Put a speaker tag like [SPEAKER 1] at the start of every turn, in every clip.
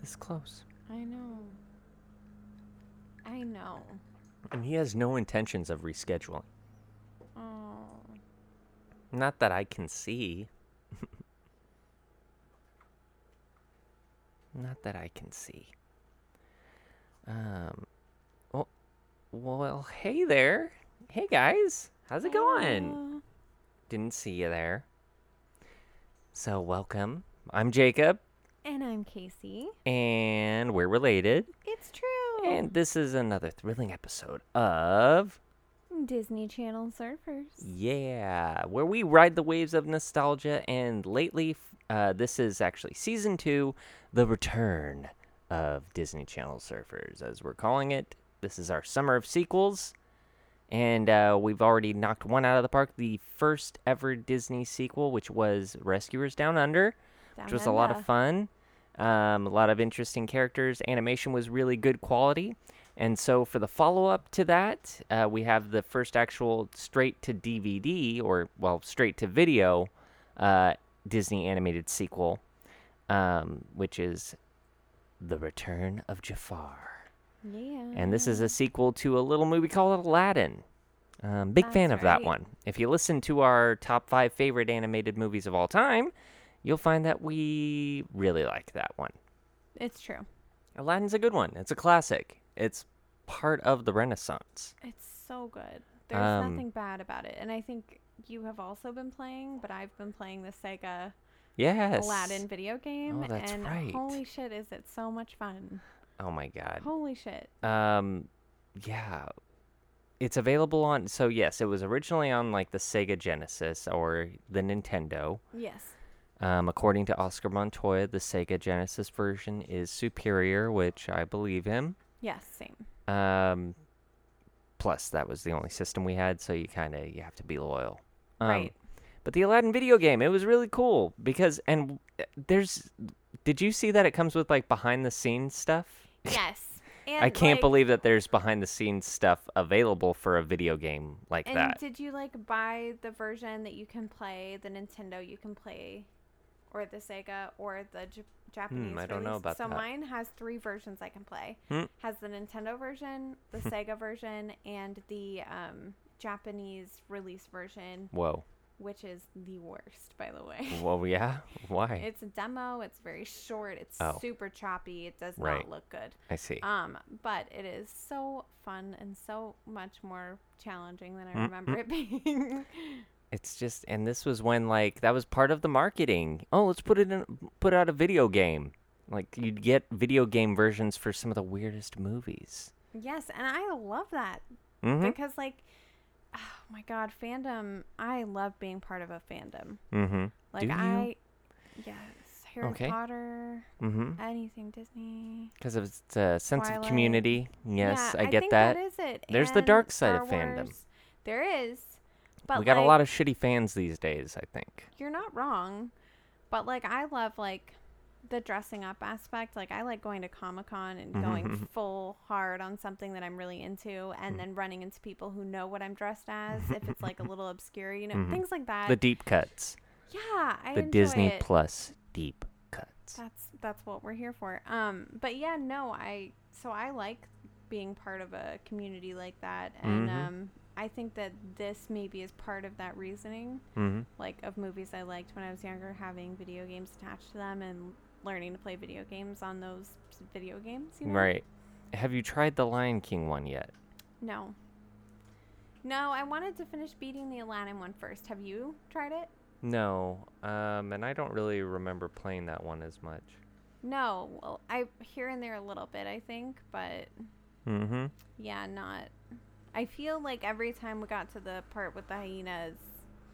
[SPEAKER 1] This close.
[SPEAKER 2] I know. I know.
[SPEAKER 1] And he has no intentions of rescheduling.
[SPEAKER 2] Oh.
[SPEAKER 1] Not that I can see. Not that I can see. Um. Well, well, hey there. Hey guys, how's it going?
[SPEAKER 2] Uh,
[SPEAKER 1] Didn't see you there. So welcome. I'm Jacob,
[SPEAKER 2] and I'm Casey.
[SPEAKER 1] and we're related.
[SPEAKER 2] It's true.
[SPEAKER 1] And this is another thrilling episode of
[SPEAKER 2] Disney Channel surfers.
[SPEAKER 1] Yeah, where we ride the waves of nostalgia, and lately, f- uh, this is actually season two, the return of Disney Channel Surfers, as we're calling it. This is our summer of sequels, and uh, we've already knocked one out of the park the first ever Disney sequel, which was Rescuers Down Under, which was a lot of fun. Um, a lot of interesting characters. Animation was really good quality. And so, for the follow up to that, uh, we have the first actual straight to DVD, or, well, straight to video uh, Disney animated sequel, um, which is The Return of Jafar.
[SPEAKER 2] Yeah.
[SPEAKER 1] And this is a sequel to a little movie called Aladdin. Um, big fan of
[SPEAKER 2] That's
[SPEAKER 1] that
[SPEAKER 2] right.
[SPEAKER 1] one. If you listen to our top five favorite animated movies of all time, you'll find that we really like that one.
[SPEAKER 2] It's true.
[SPEAKER 1] Aladdin's a good one. It's a classic. It's part of the Renaissance.
[SPEAKER 2] It's so good. There's
[SPEAKER 1] Um,
[SPEAKER 2] nothing bad about it. And I think you have also been playing, but I've been playing the Sega
[SPEAKER 1] Yes.
[SPEAKER 2] Aladdin video game.
[SPEAKER 1] Oh, that's
[SPEAKER 2] and
[SPEAKER 1] right.
[SPEAKER 2] holy shit, is it so much fun!
[SPEAKER 1] Oh my god.
[SPEAKER 2] Holy shit.
[SPEAKER 1] Um, yeah, it's available on. So yes, it was originally on like the Sega Genesis or the Nintendo.
[SPEAKER 2] Yes.
[SPEAKER 1] Um, according to Oscar Montoya, the Sega Genesis version is superior, which I believe him.
[SPEAKER 2] Yes, same.
[SPEAKER 1] Um, plus, that was the only system we had, so you kind of you have to be loyal. Um,
[SPEAKER 2] Right.
[SPEAKER 1] But the Aladdin video game, it was really cool because and uh, there's. Did you see that it comes with like behind the scenes stuff?
[SPEAKER 2] Yes. And
[SPEAKER 1] I can't
[SPEAKER 2] like,
[SPEAKER 1] believe that there's behind the scenes stuff available for a video game like
[SPEAKER 2] And
[SPEAKER 1] that.
[SPEAKER 2] did you like buy the version that you can play the Nintendo you can play, or the Sega or the J- Japanese?
[SPEAKER 1] Hmm, I don't know
[SPEAKER 2] release?
[SPEAKER 1] about
[SPEAKER 2] so
[SPEAKER 1] that.
[SPEAKER 2] mine has three versions I can play.
[SPEAKER 1] Hmm.
[SPEAKER 2] Has the Nintendo version, the Sega version, and the um, Japanese release version,
[SPEAKER 1] Whoa.
[SPEAKER 2] which is the worst, by the way.
[SPEAKER 1] Well, yeah. Why?
[SPEAKER 2] It's a demo. It's very short. It's
[SPEAKER 1] Oh.
[SPEAKER 2] super choppy. It does
[SPEAKER 1] Right.
[SPEAKER 2] not look good.
[SPEAKER 1] I see.
[SPEAKER 2] Um, but it is so fun and so much more challenging
[SPEAKER 1] Hmm,
[SPEAKER 2] than I remember it being.
[SPEAKER 1] It's just, and this was when like that was part of the marketing. Oh, let's put it in, put out a video game. Like you'd get video game versions for some of the weirdest movies.
[SPEAKER 2] yes, and I love that
[SPEAKER 1] Mm-hmm.
[SPEAKER 2] because like oh my god, fandom, I love being part of a fandom.
[SPEAKER 1] Mm-hmm.
[SPEAKER 2] Like
[SPEAKER 1] Do you?
[SPEAKER 2] I yes, Harry
[SPEAKER 1] Okay.
[SPEAKER 2] Potter,
[SPEAKER 1] Mm-hmm.
[SPEAKER 2] anything Disney.
[SPEAKER 1] Because of its uh, sense of
[SPEAKER 2] Twilight.
[SPEAKER 1] community. Yes,
[SPEAKER 2] Yeah,
[SPEAKER 1] I get
[SPEAKER 2] think
[SPEAKER 1] that.
[SPEAKER 2] is it.
[SPEAKER 1] There's the dark
[SPEAKER 2] And
[SPEAKER 1] side of
[SPEAKER 2] Star
[SPEAKER 1] fandom.
[SPEAKER 2] Wars. There is. But
[SPEAKER 1] we got a
[SPEAKER 2] like,
[SPEAKER 1] lot of shitty fans these days. I think.
[SPEAKER 2] you're not wrong but like i love like the dressing up aspect like i like going to comic-con and
[SPEAKER 1] Mm-hmm.
[SPEAKER 2] going full hard on something that i'm really into
[SPEAKER 1] Mm.
[SPEAKER 2] and then running into people who know what i'm dressed as if it's like a little obscure you know things like that
[SPEAKER 1] Mm-hmm. The deep cuts.
[SPEAKER 2] yeah i
[SPEAKER 1] the
[SPEAKER 2] enjoy
[SPEAKER 1] Disney
[SPEAKER 2] it.
[SPEAKER 1] Plus deep cuts.
[SPEAKER 2] that's that's what we're here for um but yeah no i so i like being part of a community like that and
[SPEAKER 1] Mhm.
[SPEAKER 2] um i think that this maybe is part of that reasoning
[SPEAKER 1] Mm-hmm.
[SPEAKER 2] like of movies I liked when I was younger, having video games attached to them and learning to play video games on those s- video games. You know?
[SPEAKER 1] Right. Have you tried the Lion King one yet?
[SPEAKER 2] No. No, I wanted to finish beating the Aladdin one first. Have you tried it?
[SPEAKER 1] No. Um, and I don't really remember playing that one as much.
[SPEAKER 2] No. Well, I here and there a little bit, I think, but
[SPEAKER 1] Mm-hmm.
[SPEAKER 2] yeah, not. I feel like every time we got to the part with the hyenas,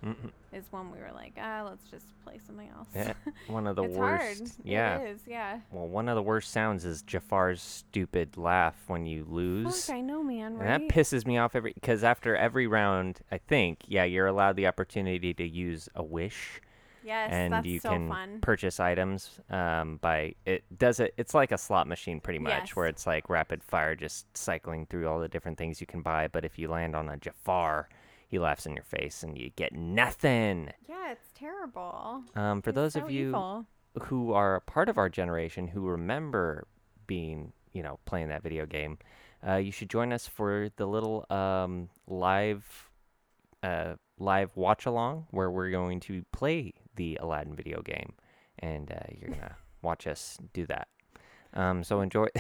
[SPEAKER 1] Mm-mm.
[SPEAKER 2] is when we were like, ah, let's just play something else.
[SPEAKER 1] Yeah, one of the
[SPEAKER 2] it's
[SPEAKER 1] worst.
[SPEAKER 2] hard.
[SPEAKER 1] Yeah.
[SPEAKER 2] It is, yeah.
[SPEAKER 1] Well, one of the worst sounds is Jafar's stupid laugh when you lose.
[SPEAKER 2] Fuck, I know, man,
[SPEAKER 1] And that
[SPEAKER 2] right?
[SPEAKER 1] pisses me off every because after every round, I think, yeah, you're allowed the opportunity to use a wish,
[SPEAKER 2] yes,
[SPEAKER 1] and
[SPEAKER 2] that's
[SPEAKER 1] you
[SPEAKER 2] so
[SPEAKER 1] can
[SPEAKER 2] fun.
[SPEAKER 1] purchase items um, by it does it. It's like a slot machine, pretty much,
[SPEAKER 2] Yes.
[SPEAKER 1] where it's like rapid fire, just cycling through all the different things you can buy. But if you land on a Jafar, he laughs in your face, and you get nothing.
[SPEAKER 2] Yeah, it's terrible.
[SPEAKER 1] Um, for
[SPEAKER 2] It's
[SPEAKER 1] those
[SPEAKER 2] so
[SPEAKER 1] of you
[SPEAKER 2] evil.
[SPEAKER 1] who are a part of our generation who remember being, you know, playing that video game, uh, you should join us for the little um, live uh, live watch along where we're going to play the Aladdin video game, and uh, you're gonna watch us do that. Um, so enjoy.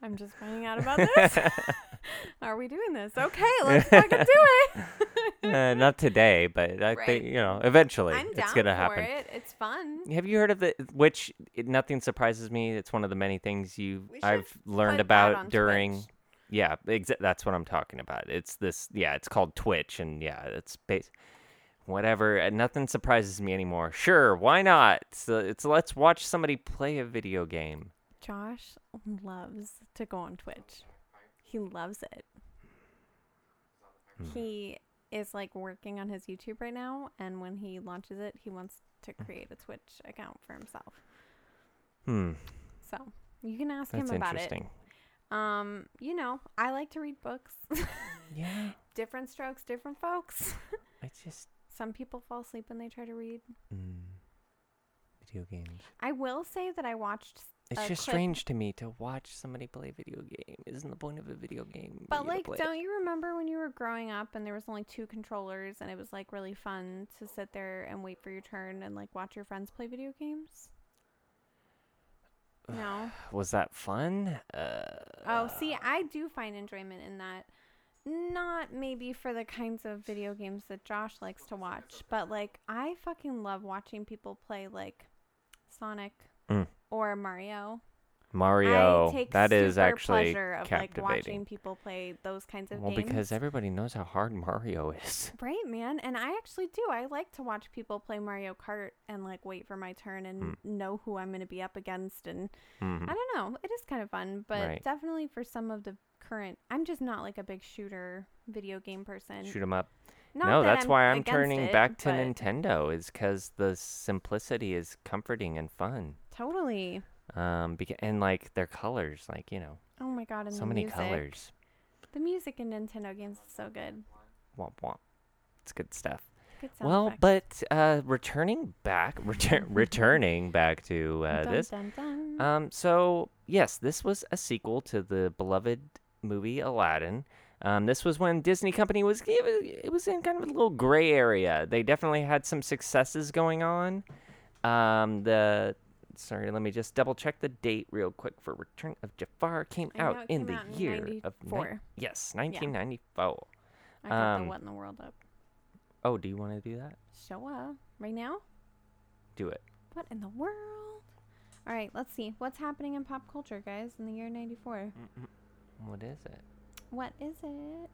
[SPEAKER 2] I'm just finding out about this. Are we doing this? Okay, let's fucking do it.
[SPEAKER 1] uh, not today, but I
[SPEAKER 2] Right.
[SPEAKER 1] think you know eventually
[SPEAKER 2] I'm down
[SPEAKER 1] it's gonna
[SPEAKER 2] for
[SPEAKER 1] happen.
[SPEAKER 2] it. It's fun.
[SPEAKER 1] Have you heard of the which it, nothing surprises me. It's one of the many things you
[SPEAKER 2] We should
[SPEAKER 1] I've learned
[SPEAKER 2] that
[SPEAKER 1] about
[SPEAKER 2] on
[SPEAKER 1] during
[SPEAKER 2] Twitch.
[SPEAKER 1] Yeah, exa- that's what I'm talking about. It's this yeah, it's called Twitch and yeah, it's base whatever. And nothing surprises me anymore. Sure, why not? It's, uh, it's let's watch somebody play a video game.
[SPEAKER 2] Josh loves to go on Twitch. He loves it.
[SPEAKER 1] Hmm.
[SPEAKER 2] He is like working on his YouTube right now, and when he launches it, he wants to create a Twitch account for himself.
[SPEAKER 1] Hmm,
[SPEAKER 2] So you can ask
[SPEAKER 1] that's
[SPEAKER 2] him about it.
[SPEAKER 1] interesting.
[SPEAKER 2] Um, you know, I like to read books.
[SPEAKER 1] Yeah,
[SPEAKER 2] different strokes, different folks.
[SPEAKER 1] I just
[SPEAKER 2] Some people fall asleep when they try to read.
[SPEAKER 1] mm, video games.
[SPEAKER 2] I will say that I watched.
[SPEAKER 1] It's
[SPEAKER 2] a
[SPEAKER 1] just
[SPEAKER 2] clip-
[SPEAKER 1] strange to me to watch somebody play a video game. Isn't the point of a video game?
[SPEAKER 2] But
[SPEAKER 1] you to
[SPEAKER 2] like,
[SPEAKER 1] play it?
[SPEAKER 2] don't you remember when you were growing up and there was only two controllers and it was like really fun to sit there and wait for your turn and like watch your friends play video games? No.
[SPEAKER 1] was that fun? Uh,
[SPEAKER 2] Oh, see, I do find enjoyment in that. Not maybe for the kinds of video games that Josh likes to watch, but like I fucking love watching people play like Sonic
[SPEAKER 1] Mm.
[SPEAKER 2] or Mario. I
[SPEAKER 1] Mario.
[SPEAKER 2] take
[SPEAKER 1] that is
[SPEAKER 2] super
[SPEAKER 1] actually
[SPEAKER 2] pleasure of
[SPEAKER 1] captivating.
[SPEAKER 2] like watching people play those kinds of
[SPEAKER 1] well,
[SPEAKER 2] games.
[SPEAKER 1] because everybody knows how hard Mario is.
[SPEAKER 2] Right, man. And I actually do. I like to watch people play Mario Kart and like wait for my turn
[SPEAKER 1] Hmm.
[SPEAKER 2] and know who I'm going to be up against. And
[SPEAKER 1] Mhm.
[SPEAKER 2] I don't know. It is kind of fun, but
[SPEAKER 1] Right.
[SPEAKER 2] definitely for some of the current, I'm just not like a big shooter video game person.
[SPEAKER 1] Shoot 'em up.
[SPEAKER 2] Not
[SPEAKER 1] no,
[SPEAKER 2] that
[SPEAKER 1] that's why I'm
[SPEAKER 2] against
[SPEAKER 1] turning
[SPEAKER 2] it,
[SPEAKER 1] back to
[SPEAKER 2] but
[SPEAKER 1] Nintendo is because the simplicity is comforting and fun.
[SPEAKER 2] Totally.
[SPEAKER 1] Um, beca- and like their colors, like you know,
[SPEAKER 2] Oh my god! And
[SPEAKER 1] so
[SPEAKER 2] the
[SPEAKER 1] many
[SPEAKER 2] music.
[SPEAKER 1] colors.
[SPEAKER 2] The music in Nintendo games is so good.
[SPEAKER 1] Womp womp. It's good stuff.
[SPEAKER 2] Good sound
[SPEAKER 1] well,
[SPEAKER 2] effects.
[SPEAKER 1] but uh, returning back, retur- returning back to uh,
[SPEAKER 2] Dun,
[SPEAKER 1] this.
[SPEAKER 2] dun, dun.
[SPEAKER 1] Um, so yes, this was a sequel to the beloved movie Aladdin. Um, this was when Disney Company was it was- it was in kind of a little gray area. They definitely had some successes going on. Um, the sorry, let me just double check the date real quick for Return of Jafar came
[SPEAKER 2] I know
[SPEAKER 1] out
[SPEAKER 2] it
[SPEAKER 1] in
[SPEAKER 2] came
[SPEAKER 1] the
[SPEAKER 2] out in
[SPEAKER 1] year of ni-
[SPEAKER 2] 94.
[SPEAKER 1] yes, 1994.
[SPEAKER 2] I got
[SPEAKER 1] um,
[SPEAKER 2] the what in the world up.
[SPEAKER 1] Oh, do you want to do that?
[SPEAKER 2] Show up right now.
[SPEAKER 1] Do it.
[SPEAKER 2] What in the world? All right, let's see. What's happening in pop culture, guys, in the year 94?
[SPEAKER 1] Mm. What is it?
[SPEAKER 2] What is it?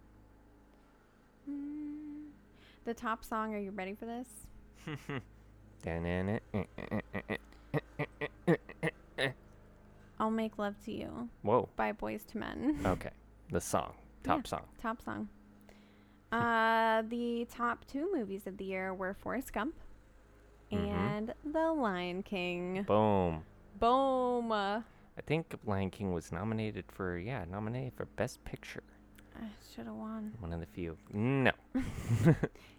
[SPEAKER 2] Mm. The top song, are you ready for this? I'll Make Love to You
[SPEAKER 1] Whoa.
[SPEAKER 2] by Boys to Men.
[SPEAKER 1] Okay. The song. Top
[SPEAKER 2] Yeah.
[SPEAKER 1] song.
[SPEAKER 2] top song. Uh, the top two movies of the year were Forrest Gump
[SPEAKER 1] Mhm.
[SPEAKER 2] and The Lion King.
[SPEAKER 1] Boom.
[SPEAKER 2] Boom! Uh,
[SPEAKER 1] I think Lion King was nominated for yeah, nominated for Best Picture.
[SPEAKER 2] I should have won.
[SPEAKER 1] One of the few. No.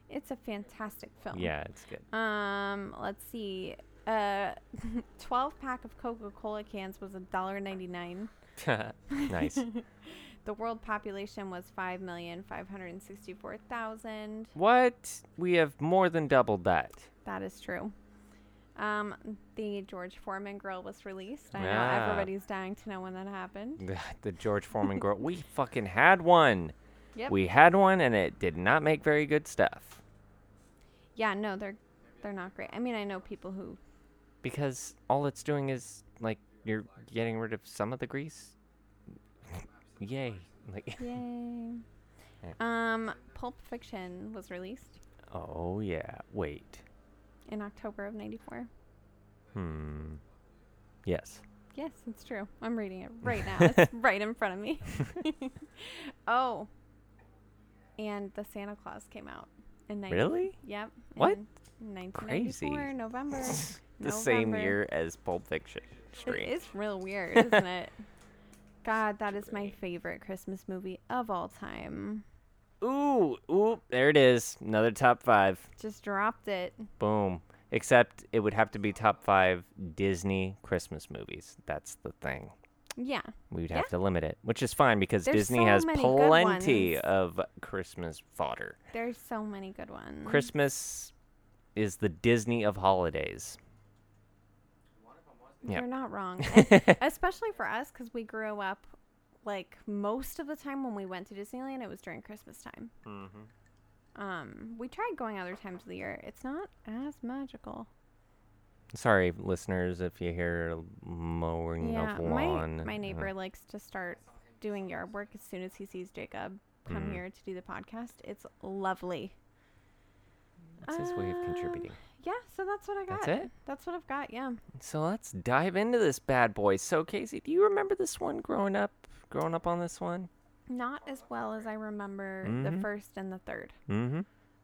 [SPEAKER 2] It's a fantastic film.
[SPEAKER 1] yeah, it's good.
[SPEAKER 2] Um, let's see. Uh, twelve pack of Coca Cola cans was a dollar ninety nine.
[SPEAKER 1] nice.
[SPEAKER 2] The world population was five million five hundred sixty four thousand.
[SPEAKER 1] what? We have more than doubled that.
[SPEAKER 2] That is true. Um, the George Foreman grill was released. I know
[SPEAKER 1] Yeah.
[SPEAKER 2] everybody's dying to know when that happened.
[SPEAKER 1] the George Foreman girl. We fucking had one.
[SPEAKER 2] Yep.
[SPEAKER 1] We had one, and it did not make very good stuff
[SPEAKER 2] yeah, no, they're they're not great. I mean, I know people who.
[SPEAKER 1] because all it's doing is like you're getting rid of some of the grease. Yay! Like
[SPEAKER 2] Yay. Um, Pulp Fiction was released.
[SPEAKER 1] Oh yeah. Wait.
[SPEAKER 2] in October of 94.
[SPEAKER 1] Hmm. Yes.
[SPEAKER 2] Yes, it's true. I'm reading it right now. It's right in front of me. oh. And the Santa Claus came out in 19-
[SPEAKER 1] Really?
[SPEAKER 2] Yep.
[SPEAKER 1] What?
[SPEAKER 2] in 1994,
[SPEAKER 1] Crazy.
[SPEAKER 2] November.
[SPEAKER 1] the same
[SPEAKER 2] November.
[SPEAKER 1] year as Pulp Fiction. Strange.
[SPEAKER 2] It is real weird, isn't it? God, that is my favorite Christmas movie of all time.
[SPEAKER 1] Ooh, ooh, there it is. Another top five.
[SPEAKER 2] Just dropped it.
[SPEAKER 1] Boom. Except it would have to be top five Disney Christmas movies. That's the thing.
[SPEAKER 2] Yeah.
[SPEAKER 1] We would
[SPEAKER 2] Yeah.
[SPEAKER 1] have to limit it, which is fine because
[SPEAKER 2] There's
[SPEAKER 1] Disney
[SPEAKER 2] so
[SPEAKER 1] has
[SPEAKER 2] many good
[SPEAKER 1] plenty
[SPEAKER 2] ones. Mm-hmm.
[SPEAKER 1] of Christmas fodder.
[SPEAKER 2] There's so many good ones.
[SPEAKER 1] Christmas is the Disney of holidays. yeah.
[SPEAKER 2] You're not wrong. And especially for us cuz we grew up like most of the time when we went to Disneyland it was during Christmas time.
[SPEAKER 1] Mm-hmm.
[SPEAKER 2] Um, we tried going other times of the year. It's not as magical.
[SPEAKER 1] Sorry, listeners, if you hear a mowing
[SPEAKER 2] Yeah,
[SPEAKER 1] of
[SPEAKER 2] my,
[SPEAKER 1] lawn.
[SPEAKER 2] my
[SPEAKER 1] uh,
[SPEAKER 2] neighbor likes to start doing yard work as soon as he sees Jacob come
[SPEAKER 1] Mm.
[SPEAKER 2] here to do the podcast. It's lovely.
[SPEAKER 1] That's his way of
[SPEAKER 2] Um,
[SPEAKER 1] contributing.
[SPEAKER 2] Yeah, so that's what I got.
[SPEAKER 1] That's it?
[SPEAKER 2] That's what I've got. Yeah.
[SPEAKER 1] So let's dive into this bad boy. So Casey, do you remember this one growing up? Growing up on this one?
[SPEAKER 2] Not as well as I remember the
[SPEAKER 1] Mhm.
[SPEAKER 2] first and the third.
[SPEAKER 1] Mm-hmm.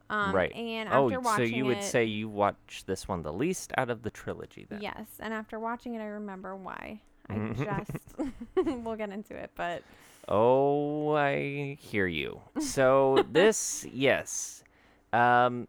[SPEAKER 2] Um,
[SPEAKER 1] right.
[SPEAKER 2] And
[SPEAKER 1] oh,
[SPEAKER 2] after
[SPEAKER 1] so
[SPEAKER 2] watching
[SPEAKER 1] you would
[SPEAKER 2] it,
[SPEAKER 1] say you watched this one the least out of the trilogy then?
[SPEAKER 2] yes. And after watching it, I remember why. I
[SPEAKER 1] Mhm.
[SPEAKER 2] just we'll get into it, but
[SPEAKER 1] Oh, I hear you. So this, yes. Um,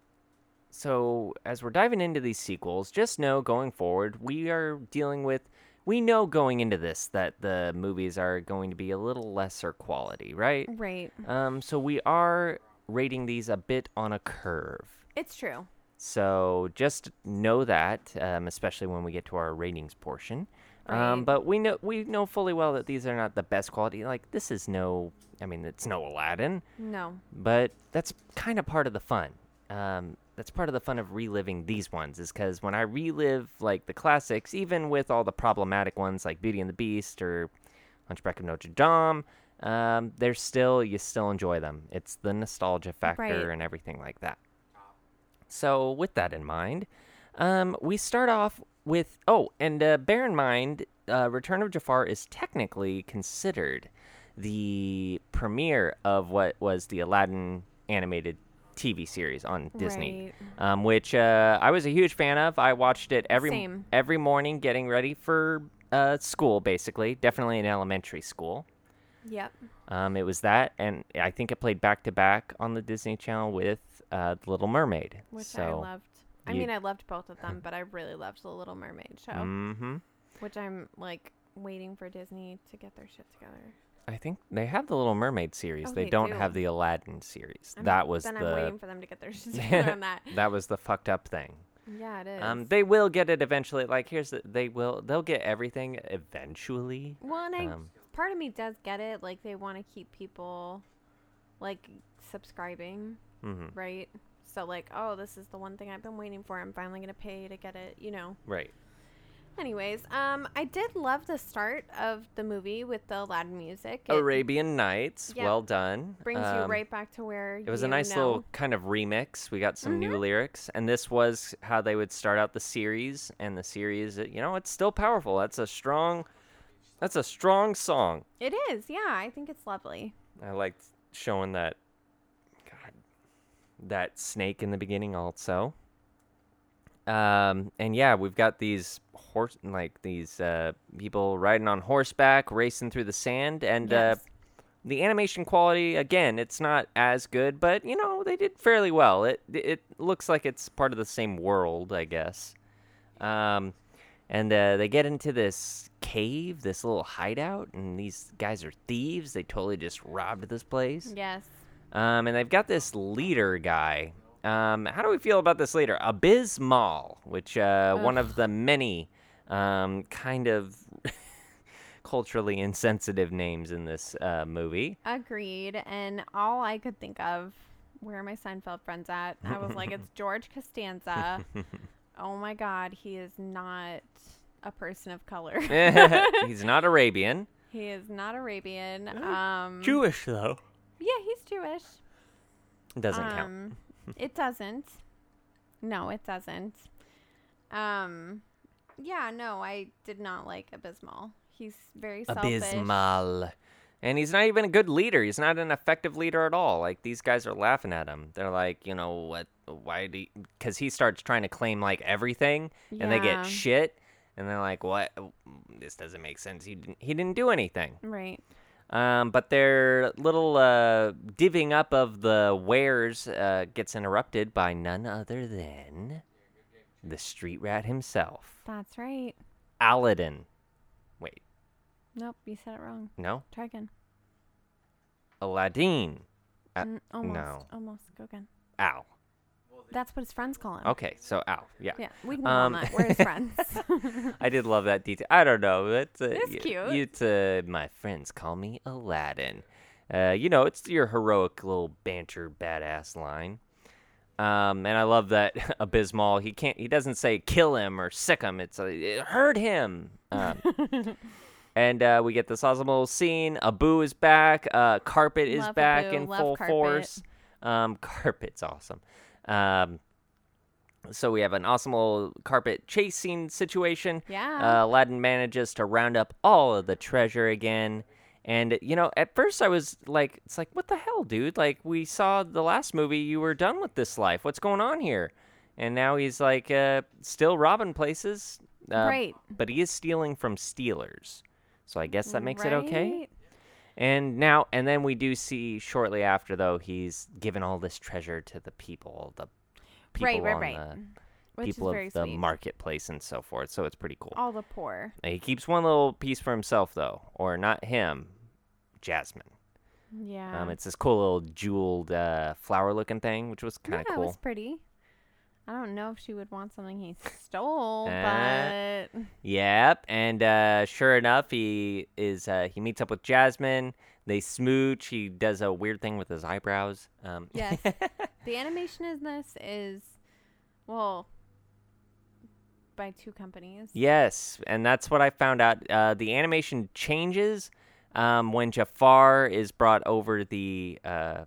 [SPEAKER 1] so as we're diving into these sequels, just know going forward, we are dealing with. We know going into this that the movies are going to be a little lesser quality, right?
[SPEAKER 2] right,
[SPEAKER 1] Um, so we are rating these a bit on a curve.
[SPEAKER 2] it's true.
[SPEAKER 1] So just know that, um, especially when we get to our ratings portion. Um,
[SPEAKER 2] Right.
[SPEAKER 1] but we know we know fully well that these are not the best quality. Like this is no, I mean it's no Aladdin,
[SPEAKER 2] No,
[SPEAKER 1] but that's kind of part of the fun. Um, that's part of the fun of reliving these ones is because when I relive like the classics, even with all the problematic ones like Beauty and the Beast or Hunchback of Notre Dame, um, they're still you still enjoy them. It's the nostalgia factor
[SPEAKER 2] Right.
[SPEAKER 1] and everything like that. So with that in mind, um, we start off with oh, and uh, bear in mind, uh, Return of Jafar is technically considered the premiere of what was the Aladdin animated TV series on Disney,
[SPEAKER 2] Right.
[SPEAKER 1] um, which uh, I was a huge fan of. I watched it every
[SPEAKER 2] Same.
[SPEAKER 1] every morning, getting ready for uh, school, basically, definitely in elementary school.
[SPEAKER 2] Yep.
[SPEAKER 1] Um, it was that, and I think it played back to back on the Disney Channel with uh, The Little Mermaid.
[SPEAKER 2] Which
[SPEAKER 1] so,
[SPEAKER 2] I loved. I
[SPEAKER 1] you-
[SPEAKER 2] mean, I loved both of them, but I really loved The Little Mermaid show,
[SPEAKER 1] Mm-hmm.
[SPEAKER 2] which I'm like waiting for Disney to get their shit together.
[SPEAKER 1] I think they have the Little Mermaid series.
[SPEAKER 2] Oh,
[SPEAKER 1] they,
[SPEAKER 2] they
[SPEAKER 1] don't
[SPEAKER 2] do.
[SPEAKER 1] have the Aladdin series.
[SPEAKER 2] I'm-
[SPEAKER 1] that was
[SPEAKER 2] then
[SPEAKER 1] the
[SPEAKER 2] I'm waiting for them to get their shit together on that.
[SPEAKER 1] that was the fucked up thing.
[SPEAKER 2] Yeah, it is.
[SPEAKER 1] Um, they will get it eventually. Like here's the, they will they'll get everything eventually.
[SPEAKER 2] well, and I,
[SPEAKER 1] um,
[SPEAKER 2] part of me does get it. Like they want to keep people like subscribing,
[SPEAKER 1] hmm
[SPEAKER 2] right? So like, oh, this is the one thing I've been waiting for. I'm finally gonna pay to get it. You know.
[SPEAKER 1] Right.
[SPEAKER 2] Anyways, um, I did love the start of the movie with the Aladdin music. It
[SPEAKER 1] Arabian Nights.
[SPEAKER 2] Yep.
[SPEAKER 1] Well done.
[SPEAKER 2] brings you
[SPEAKER 1] Oh, Um,
[SPEAKER 2] right back to where
[SPEAKER 1] It was a
[SPEAKER 2] you
[SPEAKER 1] nice
[SPEAKER 2] know.
[SPEAKER 1] little kind of remix. We got some
[SPEAKER 2] Mm-hmm.
[SPEAKER 1] new lyrics, and this was how they would start out the series. And the series, you know, it's still powerful. That's a strong, that's a strong song.
[SPEAKER 2] It is, yeah. I think it's lovely.
[SPEAKER 1] I liked showing that, God, that snake in the beginning also. Um, and yeah, we've got these horse, like these uh, people riding on horseback, racing through the sand, and uh,
[SPEAKER 2] Yes.
[SPEAKER 1] the animation quality again it's not as good but you know they did fairly well it it looks like it's part of the same world i guess um and uh, they get into this cave this little hideout and these guys are thieves they totally just robbed this place
[SPEAKER 2] Yes.
[SPEAKER 1] um and they've got this leader guy um how do we feel about this leader abiz Mal, which uh one of the many um kind of culturally insensitive names in this uh movie
[SPEAKER 2] Agreed. And all I could think of, where are my Seinfeld friends at? I was like, it's George Costanza. oh my God, he is not a person of color.
[SPEAKER 1] He's not Arabian.
[SPEAKER 2] he is not Arabian. Um,
[SPEAKER 1] Jewish though.
[SPEAKER 2] yeah, he's Jewish.
[SPEAKER 1] Doesn't count.
[SPEAKER 2] Um, it doesn't. No, it doesn't. Um, yeah, no, I did not like Abysmal. He's very selfish.
[SPEAKER 1] Abysmal. And he's not even a good leader. He's not an effective leader at all. Like these guys are laughing at him. They're like, you know what? Why do? Because he starts trying to claim like everything, and they
[SPEAKER 2] Yeah.
[SPEAKER 1] get shit. And they're like, what? This doesn't make sense. He didn't, he didn't do anything.
[SPEAKER 2] Right.
[SPEAKER 1] Um, but their little uh, divvying up of the wares uh, gets interrupted by none other than the street rat himself,
[SPEAKER 2] That's right.
[SPEAKER 1] Aladdin. Wait,
[SPEAKER 2] Nope, you said it wrong.
[SPEAKER 1] no,
[SPEAKER 2] Try again.
[SPEAKER 1] Aladdin. Uh,
[SPEAKER 2] Mm, almost.
[SPEAKER 1] no.
[SPEAKER 2] Almost. Go again.
[SPEAKER 1] Ow.
[SPEAKER 2] That's what his friends call him.
[SPEAKER 1] Okay, so ow. Yeah.
[SPEAKER 2] Yeah, we can call
[SPEAKER 1] Um,
[SPEAKER 2] him that. We're his friends.
[SPEAKER 1] I did love that detail. I don't know. That's uh,
[SPEAKER 2] That's
[SPEAKER 1] y-
[SPEAKER 2] cute.
[SPEAKER 1] It's uh, my friends call me Aladdin. Uh, you know, it's your heroic little banter badass line. Um, and I love that Abysmal. He can't. He doesn't say kill him or sick him. It's uh, it hurt him. Um, and uh, we get this awesome little scene. Abu is back. Uh, Carpet is
[SPEAKER 2] Love
[SPEAKER 1] back
[SPEAKER 2] Abu,
[SPEAKER 1] in
[SPEAKER 2] love
[SPEAKER 1] full
[SPEAKER 2] Carpet.
[SPEAKER 1] force. Um, Carpet's awesome. Um, so we have an awesome little carpet chasing situation.
[SPEAKER 2] Yeah.
[SPEAKER 1] Uh, Aladdin manages to round up all of the treasure again. And, you know, at first I was like, it's like, what the hell, dude? Like, we saw the last movie, you were done with this life. What's going on here? And now he's like, uh, still robbing places. Uh,
[SPEAKER 2] Right.
[SPEAKER 1] But he is stealing from stealers. So I guess that makes it okay.
[SPEAKER 2] Right?
[SPEAKER 1] And now, and then we do see shortly after, though, he's given all this treasure to the people, the people
[SPEAKER 2] Right, right, Mm-hmm.
[SPEAKER 1] on
[SPEAKER 2] right.
[SPEAKER 1] the
[SPEAKER 2] Which
[SPEAKER 1] people
[SPEAKER 2] is very
[SPEAKER 1] of the
[SPEAKER 2] sweet. market.
[SPEAKER 1] marketplace and so forth. So it's pretty cool.
[SPEAKER 2] All the poor.
[SPEAKER 1] He keeps one little piece for himself though, or not him, Jasmine.
[SPEAKER 2] Yeah.
[SPEAKER 1] Um, it's this cool little jeweled uh, flower-looking thing, which was kind of
[SPEAKER 2] yeah, it was
[SPEAKER 1] cool.
[SPEAKER 2] pretty. I don't know if she would want something he stole,
[SPEAKER 1] Uh,
[SPEAKER 2] but
[SPEAKER 1] Yep, and uh, sure enough, he is. Uh, he meets up with Jasmine. They smooch. He does a weird thing with his eyebrows. Um,
[SPEAKER 2] Yes. the animation in this is, well, by two companies.
[SPEAKER 1] Yes, and that's what I found out. Uh, the animation changes um, when Jafar is brought over the uh,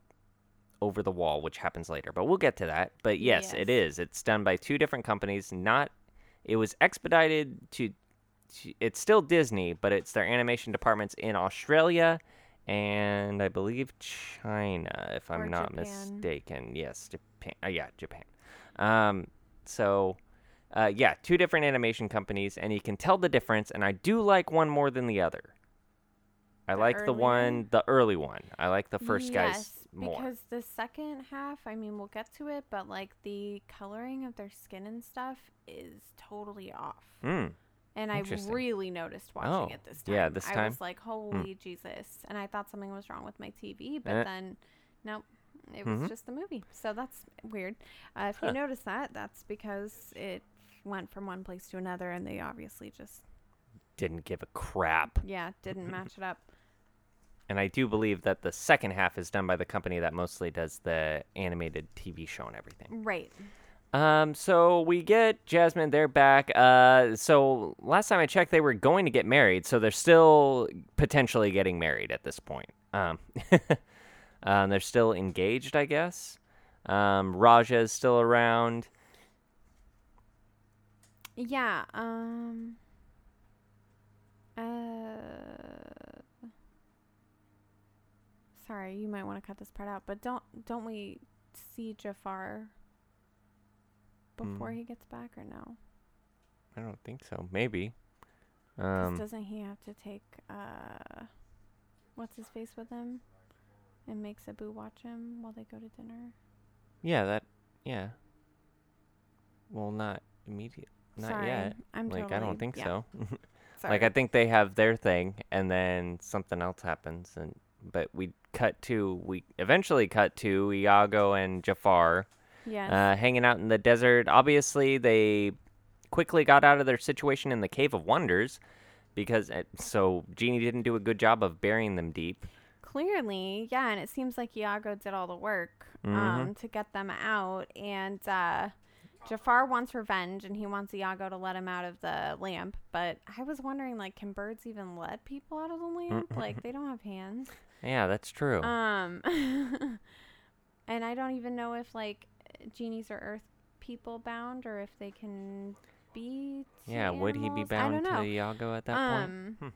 [SPEAKER 1] over the wall, which happens later. But we'll get to that. But yes, it is. It's done by two different companies. Not it was expedited to. to- It's still Disney, but it's their animation departments in Australia and I believe China, if I'm
[SPEAKER 2] Or
[SPEAKER 1] not
[SPEAKER 2] Japan.
[SPEAKER 1] mistaken. Yes, Japan. Uh, yeah, Japan. Um, so uh, yeah, two different animation companies, and you can tell the difference. And I do like one more than the other. I
[SPEAKER 2] The
[SPEAKER 1] like
[SPEAKER 2] early
[SPEAKER 1] the
[SPEAKER 2] one?
[SPEAKER 1] one, the early one. I like the first guy's
[SPEAKER 2] Yes,
[SPEAKER 1] more.
[SPEAKER 2] Because the second half, I mean, we'll get to it, but like the coloring of their skin and stuff is totally off.
[SPEAKER 1] Mm,
[SPEAKER 2] And I
[SPEAKER 1] Interesting.
[SPEAKER 2] really noticed watching
[SPEAKER 1] Oh,
[SPEAKER 2] it this time.
[SPEAKER 1] yeah, this
[SPEAKER 2] I
[SPEAKER 1] time? Hmm.
[SPEAKER 2] was like, holy Jesus. And I thought something was wrong with my TV, but
[SPEAKER 1] Eh.
[SPEAKER 2] then, nope, it was
[SPEAKER 1] Mhm.
[SPEAKER 2] just the movie. So that's weird. Uh, if
[SPEAKER 1] Huh.
[SPEAKER 2] you notice that, that's because it went from one place to another and they obviously just,
[SPEAKER 1] didn't give a crap.
[SPEAKER 2] yeah, didn't match it up.
[SPEAKER 1] And I do believe that the second half is done by the company that mostly does the animated TV show and everything.
[SPEAKER 2] Right.
[SPEAKER 1] Um, so we get Jasmine, they're back. Uh, so last time I checked, they were going to get married, so they're still potentially getting married at this point. Um, um they're still engaged, I guess. Um, Raja is still around.
[SPEAKER 2] Yeah. Um. Uh. Sorry, you might want to cut this part out, but don't don't we see Jafar before
[SPEAKER 1] Hmm.
[SPEAKER 2] he gets back or no?
[SPEAKER 1] I don't think so. Maybe.
[SPEAKER 2] 'Cause
[SPEAKER 1] Um,
[SPEAKER 2] doesn't he have to take uh, what's his face with him, and makes Abu watch him while they go to dinner?
[SPEAKER 1] yeah, that. Yeah. Well, not immediate. Not
[SPEAKER 2] Sorry,
[SPEAKER 1] yet.
[SPEAKER 2] I'm
[SPEAKER 1] like I
[SPEAKER 2] totally-
[SPEAKER 1] don't think
[SPEAKER 2] yeah,
[SPEAKER 1] so.
[SPEAKER 2] Sorry.
[SPEAKER 1] Like I think they have their thing, and then something else happens, and but we cut to we eventually cut to Iago and Jafar
[SPEAKER 2] yes.
[SPEAKER 1] uh, hanging out in the desert. Obviously, they quickly got out of their situation in the Cave of Wonders because it, so Genie didn't do a good job of burying them deep.
[SPEAKER 2] Clearly, yeah, and it seems like Iago did all the work
[SPEAKER 1] Mm-hmm.
[SPEAKER 2] um, to get them out, and uh, Jafar wants revenge, and he wants Iago to let him out of the lamp. But I was wondering, like, can birds even let people out of the lamp? like, they don't have hands.
[SPEAKER 1] Oh. Yeah, that's true.
[SPEAKER 2] Um, and I don't even know if like genies are earth people bound or if they can be. to
[SPEAKER 1] Yeah, would he be
[SPEAKER 2] animals. I don't
[SPEAKER 1] bound to
[SPEAKER 2] know.
[SPEAKER 1] Iago at that point?
[SPEAKER 2] um,
[SPEAKER 1] point?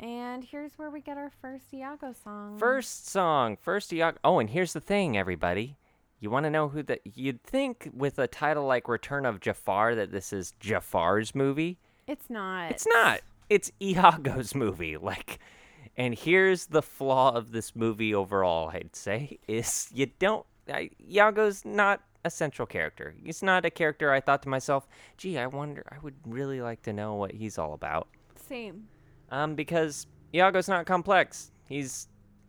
[SPEAKER 2] And here's where we get our first Iago song.
[SPEAKER 1] First song, first Iago. Oh, and here's the thing, everybody. You want to know who the. You'd think with a title like Return of Jafar that this is Jafar's movie.
[SPEAKER 2] It's not.
[SPEAKER 1] It's not. It's Iago's movie. Like, and here's the flaw of this movie overall. I'd say is you don't. I, Iago's not a central character. He's not a character. I thought to myself, gee, I wonder. I would really like to know what he's all about.
[SPEAKER 2] Same.
[SPEAKER 1] Um, because Iago's not complex. He's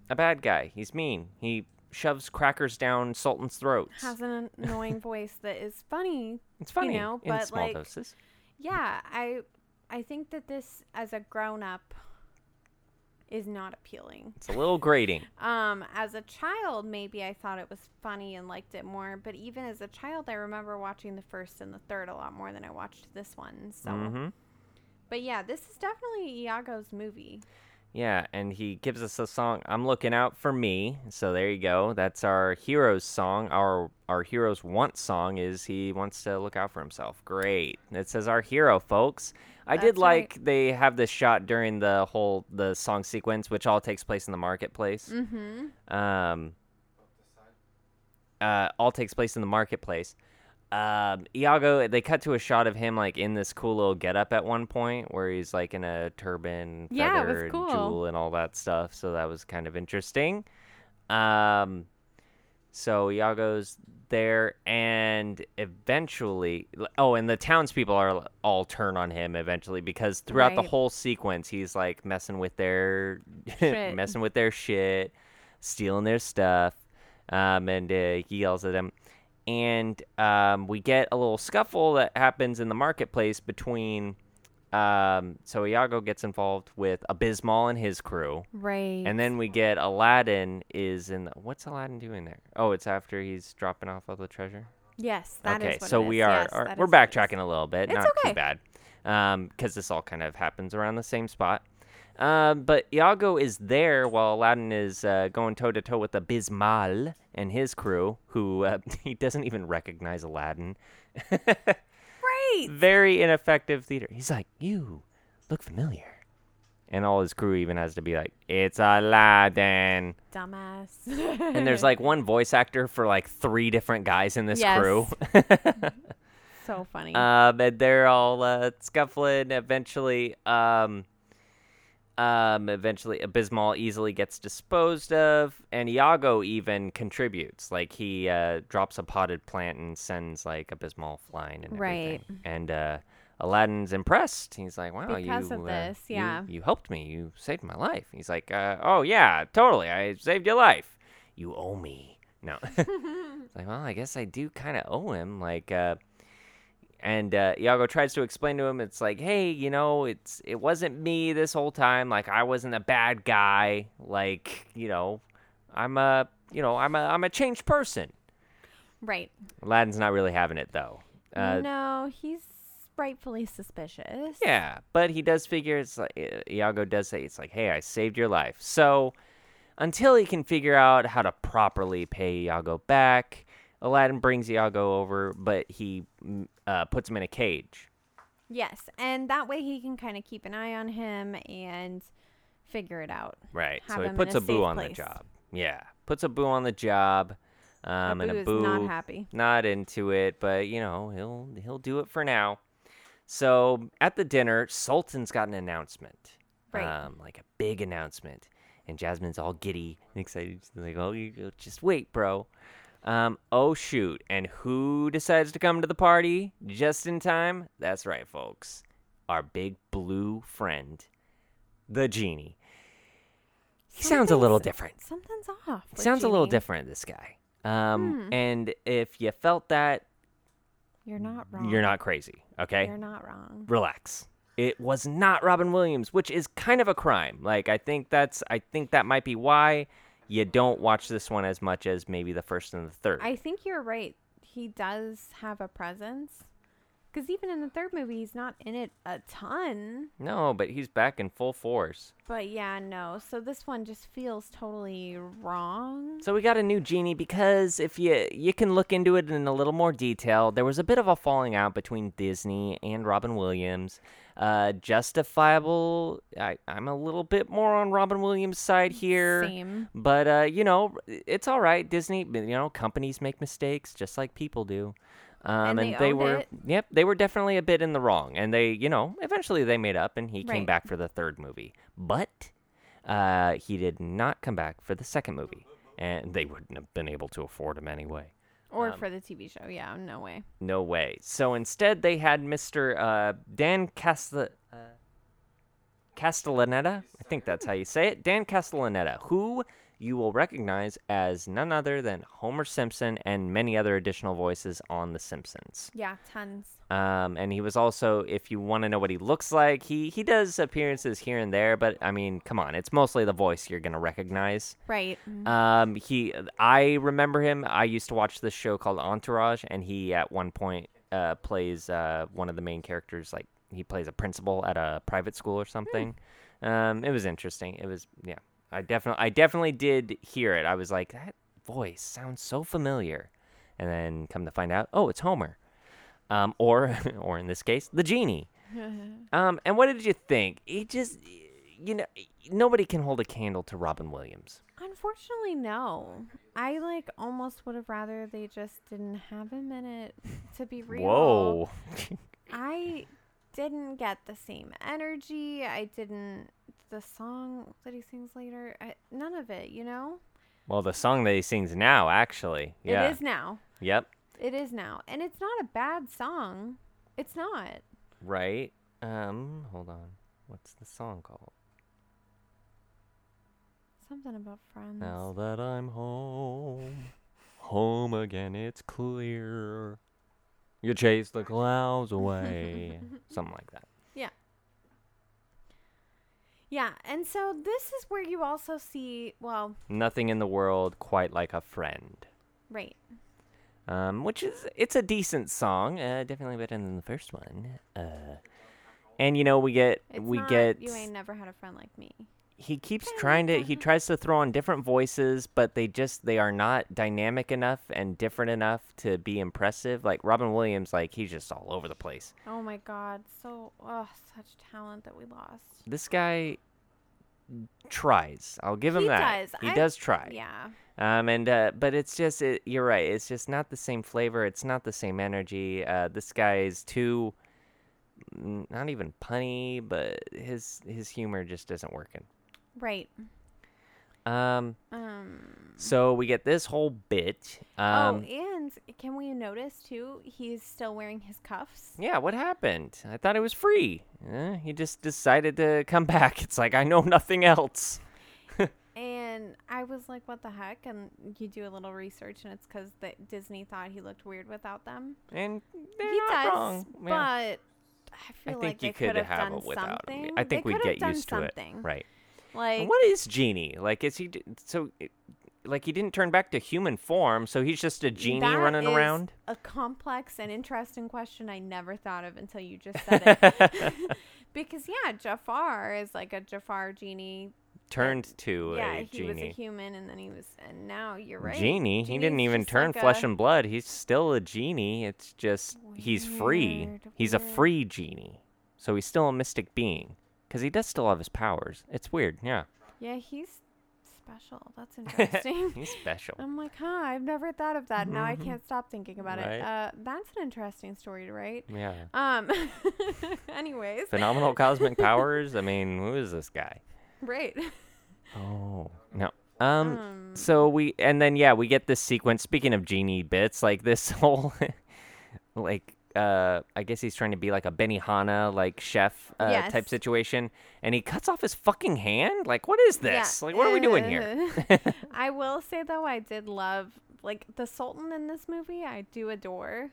[SPEAKER 1] a bad guy. He's mean. He shoves crackers down Sultan's throats.
[SPEAKER 2] Has an annoying voice that is funny.
[SPEAKER 1] it's funny
[SPEAKER 2] know,
[SPEAKER 1] in
[SPEAKER 2] but,
[SPEAKER 1] small
[SPEAKER 2] like,
[SPEAKER 1] doses.
[SPEAKER 2] Yeah, I I think that this as a grown up is not appealing.
[SPEAKER 1] It's a little grating.
[SPEAKER 2] Um, as a child, maybe I thought it was funny and liked it more, but even as a child, I remember watching the first and the third a lot more than I watched this one. So,
[SPEAKER 1] hmm
[SPEAKER 2] but yeah, this is definitely Iago's movie.
[SPEAKER 1] Yeah, and he gives us a song. I'm looking out for me. So there you go. That's our hero's song. Our our hero's want song is he wants to look out for himself. Great. It says our hero, folks. I did
[SPEAKER 2] That's right.
[SPEAKER 1] like they have this shot during the whole the song sequence, which all takes place in the marketplace.
[SPEAKER 2] Mm-hmm.
[SPEAKER 1] Um, uh, all takes place in the marketplace. Um, Iago, they cut to a shot of him like in this cool little getup at one point where he's like in a turban,
[SPEAKER 2] Yeah, it was
[SPEAKER 1] feather,
[SPEAKER 2] cool.
[SPEAKER 1] and jewel, and all that stuff. So that was kind of interesting. Um, so Iago's there, and eventually, oh, and the townspeople are all turn on him eventually because throughout the
[SPEAKER 2] Right.
[SPEAKER 1] whole sequence, he's like messing with their
[SPEAKER 2] Shit.
[SPEAKER 1] messing with their shit, stealing their stuff, um, and uh, he yells at them. And um, we get a little scuffle that happens in the marketplace between. Um, so Iago gets involved with Abysmal and his crew.
[SPEAKER 2] Right.
[SPEAKER 1] And then we get Aladdin is in. The, what's Aladdin doing there? Oh, it's after he's dropping off all the treasure.
[SPEAKER 2] yes, that is
[SPEAKER 1] okay,
[SPEAKER 2] what
[SPEAKER 1] so
[SPEAKER 2] it
[SPEAKER 1] we
[SPEAKER 2] is.
[SPEAKER 1] are,
[SPEAKER 2] Yes,
[SPEAKER 1] are-
[SPEAKER 2] that
[SPEAKER 1] we're
[SPEAKER 2] is what it is.
[SPEAKER 1] backtracking a little bit.
[SPEAKER 2] It's
[SPEAKER 1] not
[SPEAKER 2] okay.
[SPEAKER 1] too bad, because this all kind of happens around the same spot. Um, but Iago is there while Aladdin is uh, going toe to toe with Abysmal and his crew, who uh, he doesn't even recognize Aladdin.
[SPEAKER 2] Great.
[SPEAKER 1] Very ineffective theater. He's like, "You look familiar," and all his crew even has to be like, "It's Aladdin."
[SPEAKER 2] Dumbass.
[SPEAKER 1] and there's like one voice actor for like three different guys in this
[SPEAKER 2] Mm-hmm. Yes.
[SPEAKER 1] crew.
[SPEAKER 2] so funny.
[SPEAKER 1] um, and they're all uh, scuffling. Eventually, um, um, eventually, Abysmal easily gets disposed of, and Iago even contributes. Like he uh, drops a potted plant and sends like Abysmal flying and
[SPEAKER 2] Right.
[SPEAKER 1] everything. And uh, Aladdin's impressed. He's like, "Wow,
[SPEAKER 2] Because
[SPEAKER 1] you
[SPEAKER 2] of
[SPEAKER 1] uh,
[SPEAKER 2] this,
[SPEAKER 1] you-
[SPEAKER 2] yeah.
[SPEAKER 1] you helped me. You saved my life." He's like, uh, "Oh yeah, totally. I saved your life. You owe me." No. It's like, well, I guess I do kind of owe him. Like, uh, and uh, Iago tries to explain to him, it's like, hey, you know, it's it wasn't me this whole time. Like, I wasn't a bad guy. Like, you know, I'm a, you know, I'm a, I'm a changed person.
[SPEAKER 2] right.
[SPEAKER 1] Aladdin's not really having it though. Uh,
[SPEAKER 2] no, he's rightfully suspicious.
[SPEAKER 1] Yeah, but he does figure it's like I- Iago does say it's like, "Hey, I saved your life." So, until he can figure out how to properly pay Iago back, Aladdin brings Iago over, but he mm, uh, puts him in a cage.
[SPEAKER 2] Yes, and that way he can kind of keep an eye on him and figure it out.
[SPEAKER 1] Right.
[SPEAKER 2] Have
[SPEAKER 1] so he
[SPEAKER 2] him in
[SPEAKER 1] puts
[SPEAKER 2] a
[SPEAKER 1] Abu
[SPEAKER 2] safe
[SPEAKER 1] on the
[SPEAKER 2] place.
[SPEAKER 1] job. Yeah, puts Abu on the job. Um, and
[SPEAKER 2] Abu
[SPEAKER 1] Abu
[SPEAKER 2] is not happy.
[SPEAKER 1] not into it, but you know he'll he'll do it for now. So at the dinner, Sultan's got an announcement,
[SPEAKER 2] Right.
[SPEAKER 1] Um, like a big announcement, and Jasmine's all giddy and excited. She's like, "Oh, you you just wait, bro." Um, oh shoot! And who decides to come to the party just in time? That's right, folks. Our big blue friend, the genie. He sounds a little
[SPEAKER 2] Something's-
[SPEAKER 1] different.
[SPEAKER 2] Something's off.
[SPEAKER 1] It
[SPEAKER 2] with
[SPEAKER 1] sounds a little
[SPEAKER 2] Genie.
[SPEAKER 1] different, this guy. Um, And if you felt that,
[SPEAKER 2] You're not wrong.
[SPEAKER 1] you're not crazy, okay?
[SPEAKER 2] You're not wrong.
[SPEAKER 1] Relax. It was not Robin Williams, which is kind of a crime. Like I think that's I think that might be why you don't watch this one as much as maybe the first and the third.
[SPEAKER 2] I think you're right. He does have a presence, Because even in the third movie, he's not in it a ton.
[SPEAKER 1] No, but he's back in full force.
[SPEAKER 2] But yeah, no. So this one just feels totally wrong.
[SPEAKER 1] So we got a new genie because if you you can look into it in a little more detail, there was a bit of a falling out between Disney and Robin Williams. Uh, justifiable. I, I'm a little bit more on Robin Williams' side here.
[SPEAKER 2] Same.
[SPEAKER 1] But uh, you know, it's all right. Disney, you know, companies make mistakes just like people do. Um,
[SPEAKER 2] And
[SPEAKER 1] and
[SPEAKER 2] they
[SPEAKER 1] they,
[SPEAKER 2] owned
[SPEAKER 1] were,
[SPEAKER 2] it.
[SPEAKER 1] yep, they were definitely a bit in the wrong. And they, you know, eventually they made up, and he came
[SPEAKER 2] Right.
[SPEAKER 1] back for the third movie. But uh, he did not come back for the second movie, and they wouldn't have been able to afford him anyway.
[SPEAKER 2] Or
[SPEAKER 1] Um,
[SPEAKER 2] for the TV show. Yeah, no way.
[SPEAKER 1] No way. So instead, they had Mr. Uh, Dan Castle. Uh, Castellaneta, I think that's how you say it. Dan Castellaneta, who you will recognize as none other than Homer Simpson and many other additional voices on The Simpsons.
[SPEAKER 2] Yeah, tons.
[SPEAKER 1] Um, and he was also, if you want to know what he looks like, he he does appearances here and there, but I mean, come on, it's mostly the voice you're gonna recognize.
[SPEAKER 2] Right.
[SPEAKER 1] Um, he, I remember him. I used to watch this show called Entourage, and he at one point uh, plays uh, one of the main characters. Like he plays a principal at a private school or something. Um, it was interesting. It was yeah. I definitely, I definitely did hear it. I was like, that voice sounds so familiar, and then come to find out, oh, it's Homer, um, or or in this case, the genie. Um, and what did you think? It just, you know, nobody can hold a candle to Robin Williams.
[SPEAKER 2] Unfortunately, no. I like almost would have rather they just didn't have him in it to be real.
[SPEAKER 1] Whoa.
[SPEAKER 2] I didn't get the same energy. I didn't. The song that he sings later, I, none of it, you know?
[SPEAKER 1] well, the song that he sings now, actually. Yeah.
[SPEAKER 2] It is now.
[SPEAKER 1] Yep.
[SPEAKER 2] It is now. And it's not a bad song. It's not.
[SPEAKER 1] Right. Um, hold on. What's the song called?
[SPEAKER 2] Something about friends.
[SPEAKER 1] Now that I'm home, home again, it's clear. You chase the clouds away. Something like that.
[SPEAKER 2] Yeah. And so this is where you also see, well,
[SPEAKER 1] Nothing in the world quite like a friend.
[SPEAKER 2] right.
[SPEAKER 1] um, which is it's a decent song, uh, definitely better than the first one. Uh, and you know we get
[SPEAKER 2] It's
[SPEAKER 1] we
[SPEAKER 2] not,
[SPEAKER 1] get
[SPEAKER 2] You ain't never had a friend like me.
[SPEAKER 1] he keeps
[SPEAKER 2] Kinda
[SPEAKER 1] trying to he
[SPEAKER 2] kinda.
[SPEAKER 1] tries to throw on different voices, but they just they are not dynamic enough and different enough to be impressive. Like Robin Williams, like he's just all over the place.
[SPEAKER 2] Oh my God. So, oh, such talent that we lost.
[SPEAKER 1] This guy tries. I'll give him
[SPEAKER 2] He
[SPEAKER 1] that.
[SPEAKER 2] does.
[SPEAKER 1] He
[SPEAKER 2] I-
[SPEAKER 1] does try.
[SPEAKER 2] Yeah.
[SPEAKER 1] Um, and uh, but it's just it, you're right. It's just not the same flavor. It's not the same energy. Uh, this guy is too, n- not even punny, but his his humor just isn't working.
[SPEAKER 2] Right.
[SPEAKER 1] Um,
[SPEAKER 2] Um.
[SPEAKER 1] so we get this whole bit. Um,
[SPEAKER 2] oh, and can we notice too? He's still wearing his cuffs.
[SPEAKER 1] yeah, what happened? I thought it was free. Eh, he just decided to come back. It's like I know nothing else.
[SPEAKER 2] And I was like, what the heck? And you do a little research, and it's because Disney thought he looked weird without them.
[SPEAKER 1] And they're
[SPEAKER 2] he
[SPEAKER 1] not
[SPEAKER 2] does,
[SPEAKER 1] wrong.
[SPEAKER 2] but
[SPEAKER 1] Yeah.
[SPEAKER 2] I
[SPEAKER 1] I
[SPEAKER 2] feel
[SPEAKER 1] think
[SPEAKER 2] like
[SPEAKER 1] you
[SPEAKER 2] they could have
[SPEAKER 1] have
[SPEAKER 2] done
[SPEAKER 1] it without
[SPEAKER 2] something.
[SPEAKER 1] me. I think
[SPEAKER 2] they
[SPEAKER 1] we'd
[SPEAKER 2] could have
[SPEAKER 1] get
[SPEAKER 2] done
[SPEAKER 1] used to
[SPEAKER 2] something.
[SPEAKER 1] it. Right.
[SPEAKER 2] Like,
[SPEAKER 1] And what is genie like is he d- so it- like he didn't turn back to human form so he's just a genie
[SPEAKER 2] that
[SPEAKER 1] running
[SPEAKER 2] is
[SPEAKER 1] around
[SPEAKER 2] A complex and interesting question I never thought of until you just said it. because yeah, Jafar is like a Jafar genie.
[SPEAKER 1] turned to
[SPEAKER 2] yeah,
[SPEAKER 1] a
[SPEAKER 2] he was a
[SPEAKER 1] genie
[SPEAKER 2] human, and then he was, and now you're right.
[SPEAKER 1] genie he didn't
[SPEAKER 2] Genie's
[SPEAKER 1] even
[SPEAKER 2] just
[SPEAKER 1] turn
[SPEAKER 2] like
[SPEAKER 1] flesh
[SPEAKER 2] a-
[SPEAKER 1] and blood he's still a genie it's just he's free
[SPEAKER 2] Weird,
[SPEAKER 1] he's a
[SPEAKER 2] weird.
[SPEAKER 1] free genie so he's still a mystic being because he does still have his powers it's weird yeah
[SPEAKER 2] Yeah, he's special. That's interesting.
[SPEAKER 1] he's special
[SPEAKER 2] I'm like, huh, I've never thought of that. Now I can't stop thinking about
[SPEAKER 1] Mm-hmm. Right.
[SPEAKER 2] it. Uh, that's an interesting story to write.
[SPEAKER 1] yeah
[SPEAKER 2] Um, anyways,
[SPEAKER 1] phenomenal cosmic powers i mean who is this guy
[SPEAKER 2] right.
[SPEAKER 1] Oh no. Um, So we and then yeah we get this sequence. Speaking of genie bits, like this whole, like uh, I guess he's trying to be like a Benihana like chef uh, type
[SPEAKER 2] Yes.
[SPEAKER 1] situation, and he cuts off his fucking hand. Like what is
[SPEAKER 2] Yeah.
[SPEAKER 1] this? Like what are we doing here?
[SPEAKER 2] I will say though, I did love like the Sultan in this movie. I do adore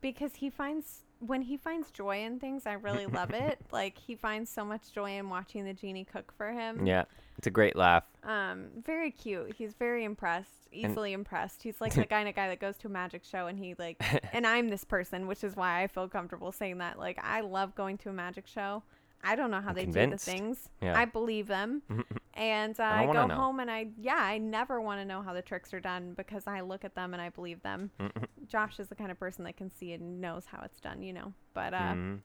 [SPEAKER 2] because he finds when he finds joy in things, I really love it. Like he finds so much joy in watching the genie cook for him.
[SPEAKER 1] Yeah, it's a great laugh.
[SPEAKER 2] Um, very cute. He's very impressed, easily impressed. He's like the kind of guy that goes to a magic show and he like and I'm this person, which is why I feel comfortable saying that. Like I love going to a magic show. I don't know how they
[SPEAKER 1] convinced.
[SPEAKER 2] do the things.
[SPEAKER 1] Yeah.
[SPEAKER 2] I believe them. and uh,
[SPEAKER 1] I
[SPEAKER 2] I,
[SPEAKER 1] wanna
[SPEAKER 2] go
[SPEAKER 1] know.
[SPEAKER 2] home and I yeah, I never want to know how the tricks are done because I look at them and I believe them. Josh is the kind of person that can see it and knows how it's done, you know. But uh
[SPEAKER 1] Mhm.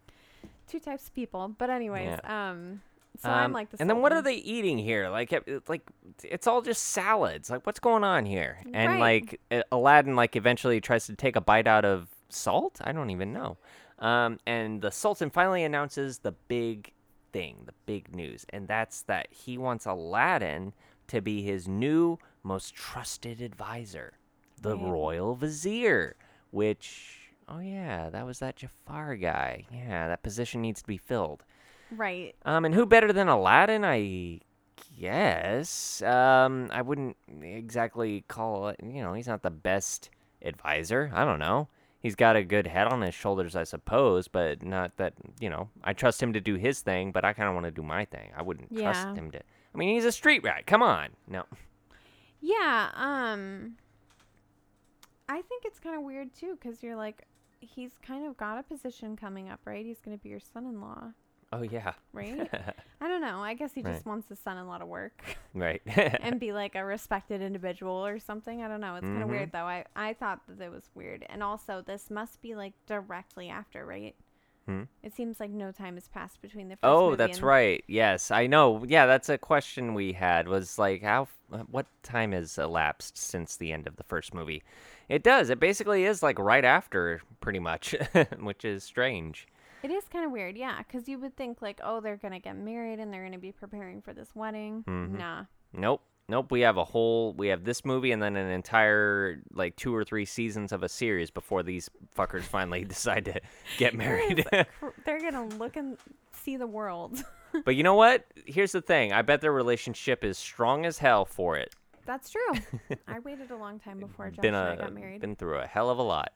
[SPEAKER 2] two types of people. But anyways, um, so I'm
[SPEAKER 1] Um,
[SPEAKER 2] like the.
[SPEAKER 1] and then what are
[SPEAKER 2] Sultan.
[SPEAKER 1] they eating here? Like, it- it's like it's all just salads. Like, what's going on here? And
[SPEAKER 2] Right.
[SPEAKER 1] like uh, Aladdin, like eventually tries to take a bite out of salt. I don't even know. Um, and the Sultan finally announces the big thing, the big news, and that's that he wants Aladdin to be his new most trusted advisor, the
[SPEAKER 2] Right.
[SPEAKER 1] royal vizier. Which, oh yeah, that was that Jafar guy. Yeah, that position needs to be filled.
[SPEAKER 2] Right.
[SPEAKER 1] Um, and who better than Aladdin? I guess. Um, I wouldn't exactly call it. You know, he's not the best advisor. I don't know. He's got a good head on his shoulders, I suppose, but not that you know. I trust him to do his thing, but I kind of want to do my thing. I wouldn't
[SPEAKER 2] Yeah.
[SPEAKER 1] trust him to. I mean, he's a street rat. Come on, no.
[SPEAKER 2] Yeah. Um, I think it's kind of weird too because you're like, he's kind of got a position coming up, right? He's going to be your son-in-law,
[SPEAKER 1] Oh yeah,
[SPEAKER 2] right? I don't know. I guess he
[SPEAKER 1] Right.
[SPEAKER 2] just wants his son-in-law to work
[SPEAKER 1] right.
[SPEAKER 2] and be like a respected individual or something. I don't know. It's kind
[SPEAKER 1] Mm-hmm.
[SPEAKER 2] of weird though. I I thought that it was weird, and also this must be like directly after, right?
[SPEAKER 1] Hmm?
[SPEAKER 2] It seems like no time has passed between the first
[SPEAKER 1] Oh,
[SPEAKER 2] movie
[SPEAKER 1] that's
[SPEAKER 2] and-
[SPEAKER 1] right. Yes, I know. Yeah, that's a question we had was like how f- uh, what time has elapsed since the end of the first movie? It does. It basically is like right after pretty much, which is strange.
[SPEAKER 2] It is kind of weird, yeah, because you would think like, oh, they're gonna get married and they're gonna be preparing for this wedding.
[SPEAKER 1] Mm-hmm.
[SPEAKER 2] Nah,
[SPEAKER 1] Nope. Nope, we have a whole we have this movie and then an entire like two or three seasons of a series before these fuckers finally decide to get married.
[SPEAKER 2] Cr- they're gonna look and see the world.
[SPEAKER 1] but you know what? Here's the thing. I bet their relationship is strong as hell for it.
[SPEAKER 2] That's true. I waited a long time before Josh
[SPEAKER 1] been
[SPEAKER 2] and I
[SPEAKER 1] a
[SPEAKER 2] got married.
[SPEAKER 1] been through a hell of a lot.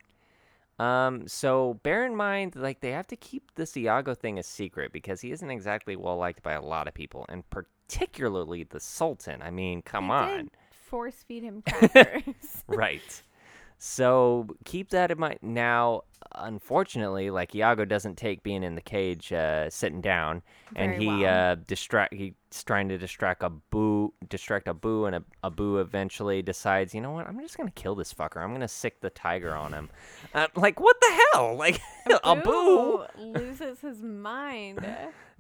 [SPEAKER 1] Um, so bear in mind, like they have to keep this Iago thing a secret because he isn't exactly well liked by a lot of people, and particularly the Sultan. I mean, come
[SPEAKER 2] They
[SPEAKER 1] on,
[SPEAKER 2] did force feed him crackers.
[SPEAKER 1] right? So keep that in mind. Now, unfortunately, like Iago doesn't take being in the cage, uh, sitting down, and
[SPEAKER 2] Very
[SPEAKER 1] he
[SPEAKER 2] well.
[SPEAKER 1] uh, distract. He's trying to distract Abu, distract Abu, and Abu eventually decides, you know what? I'm just gonna kill this fucker. I'm gonna sick the tiger on him. Uh, like what the hell? Like Abu
[SPEAKER 2] Boo loses his mind.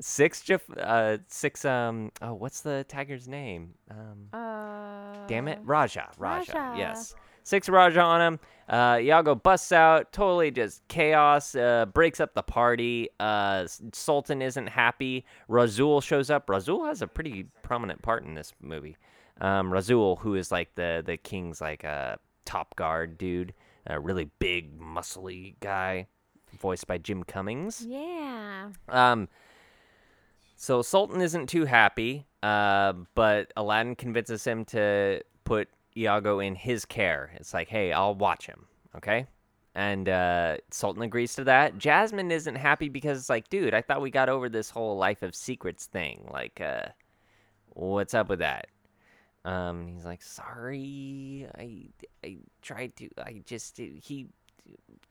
[SPEAKER 1] six, Jaf- uh, six. Um, oh, what's the tiger's name? Um,
[SPEAKER 2] Uh,
[SPEAKER 1] Damn it, Raja, Raja,
[SPEAKER 2] Raja.
[SPEAKER 1] yes. Six Raja on him. Uh, Iago busts out, totally just chaos, uh, breaks up the party. Uh, S- Sultan isn't happy. Razul shows up. Razul has a pretty prominent part in this movie. Um, Razul, who is like the the king's like uh, top guard dude, a really big, muscly guy, voiced by Jim Cummings.
[SPEAKER 2] Yeah.
[SPEAKER 1] Um, so Sultan isn't too happy, uh, but Aladdin convinces him to put Iago in his care. It's like, hey, I'll watch him, okay? And uh, Sultan agrees to that. Jasmine isn't happy because it's like, dude, I thought we got over this whole life of secrets thing. Like, uh, what's up with that? Um, and he's like, sorry, I, I tried to, I just, he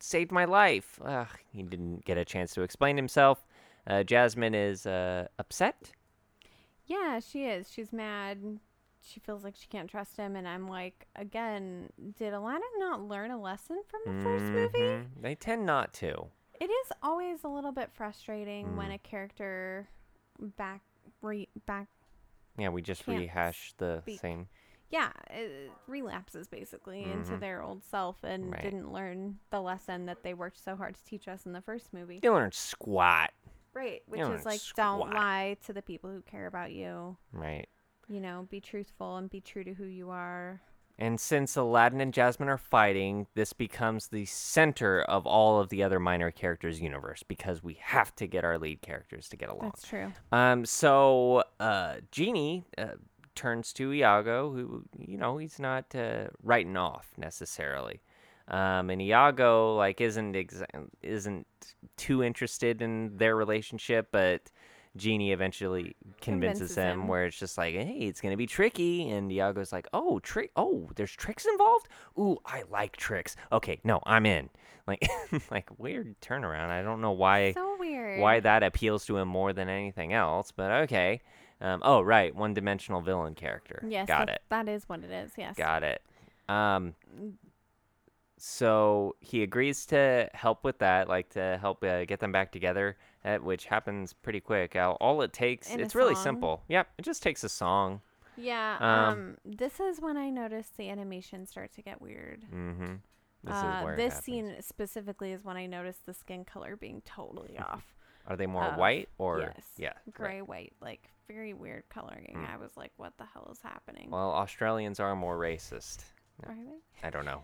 [SPEAKER 1] saved my life. Ugh, he didn't get a chance to explain himself. Uh, Jasmine is uh, upset.
[SPEAKER 2] Yeah, she is. She's mad. She feels like she can't trust him. And I'm like, again, did Aladdin not learn a lesson from the first movie?
[SPEAKER 1] Mhm. They tend not to.
[SPEAKER 2] It is always a little bit frustrating when
[SPEAKER 1] Mm.
[SPEAKER 2] a character back re back
[SPEAKER 1] Yeah, we just
[SPEAKER 2] Can't
[SPEAKER 1] rehash the
[SPEAKER 2] speak.
[SPEAKER 1] same.
[SPEAKER 2] yeah it relapses basically into their old self and
[SPEAKER 1] Mm-hmm. Right.
[SPEAKER 2] didn't learn the lesson that they worked so hard to teach us in the first movie.
[SPEAKER 1] You learn squat,
[SPEAKER 2] Right, which
[SPEAKER 1] Yeah,
[SPEAKER 2] is like don't
[SPEAKER 1] squat.
[SPEAKER 2] lie to the people who care about you.
[SPEAKER 1] right?
[SPEAKER 2] You know, be truthful and be true to who you are.
[SPEAKER 1] And since Aladdin and Jasmine are fighting, this becomes the center of all of the other minor characters' universe because we have to get our lead characters to get along.
[SPEAKER 2] That's true.
[SPEAKER 1] Um, so uh, Genie uh, turns to Iago, who you know he's not uh, writing off necessarily. Um, and Iago like isn't ex- isn't too interested in their relationship, but Genie eventually convinces,
[SPEAKER 2] Convinces
[SPEAKER 1] him,
[SPEAKER 2] him.
[SPEAKER 1] where it's just like, hey, it's gonna be tricky, and Iago's like, oh, trick, oh, there's tricks involved. Ooh, I like tricks. Okay, no, I'm in. Like, like weird turnaround. I don't know why
[SPEAKER 2] so weird.
[SPEAKER 1] why that appeals to him more than anything else, but okay. Um, oh, right, one dimensional villain character.
[SPEAKER 2] Yes,
[SPEAKER 1] got
[SPEAKER 2] that-
[SPEAKER 1] it.
[SPEAKER 2] That is what it is. Yes.
[SPEAKER 1] Got it. Um, so he agrees to help with that, like to help uh, get them back together, uh, which happens pretty quick. All, all it takes,
[SPEAKER 2] And a
[SPEAKER 1] it's really
[SPEAKER 2] song.
[SPEAKER 1] simple. Yep, it just takes a song.
[SPEAKER 2] Yeah.
[SPEAKER 1] Um,
[SPEAKER 2] Um, This is when I noticed the animation start to get weird.
[SPEAKER 1] Mm-hmm. This
[SPEAKER 2] uh,
[SPEAKER 1] is where it
[SPEAKER 2] this
[SPEAKER 1] happens.
[SPEAKER 2] scene specifically is when I noticed the skin color being totally off.
[SPEAKER 1] Are they more
[SPEAKER 2] of-
[SPEAKER 1] white or
[SPEAKER 2] yes,
[SPEAKER 1] yeah?
[SPEAKER 2] Gray,
[SPEAKER 1] right. Mm.
[SPEAKER 2] white, like very weird coloring. I was like, what the hell is happening?
[SPEAKER 1] Well, Australians are more racist.
[SPEAKER 2] Are they?
[SPEAKER 1] I don't know.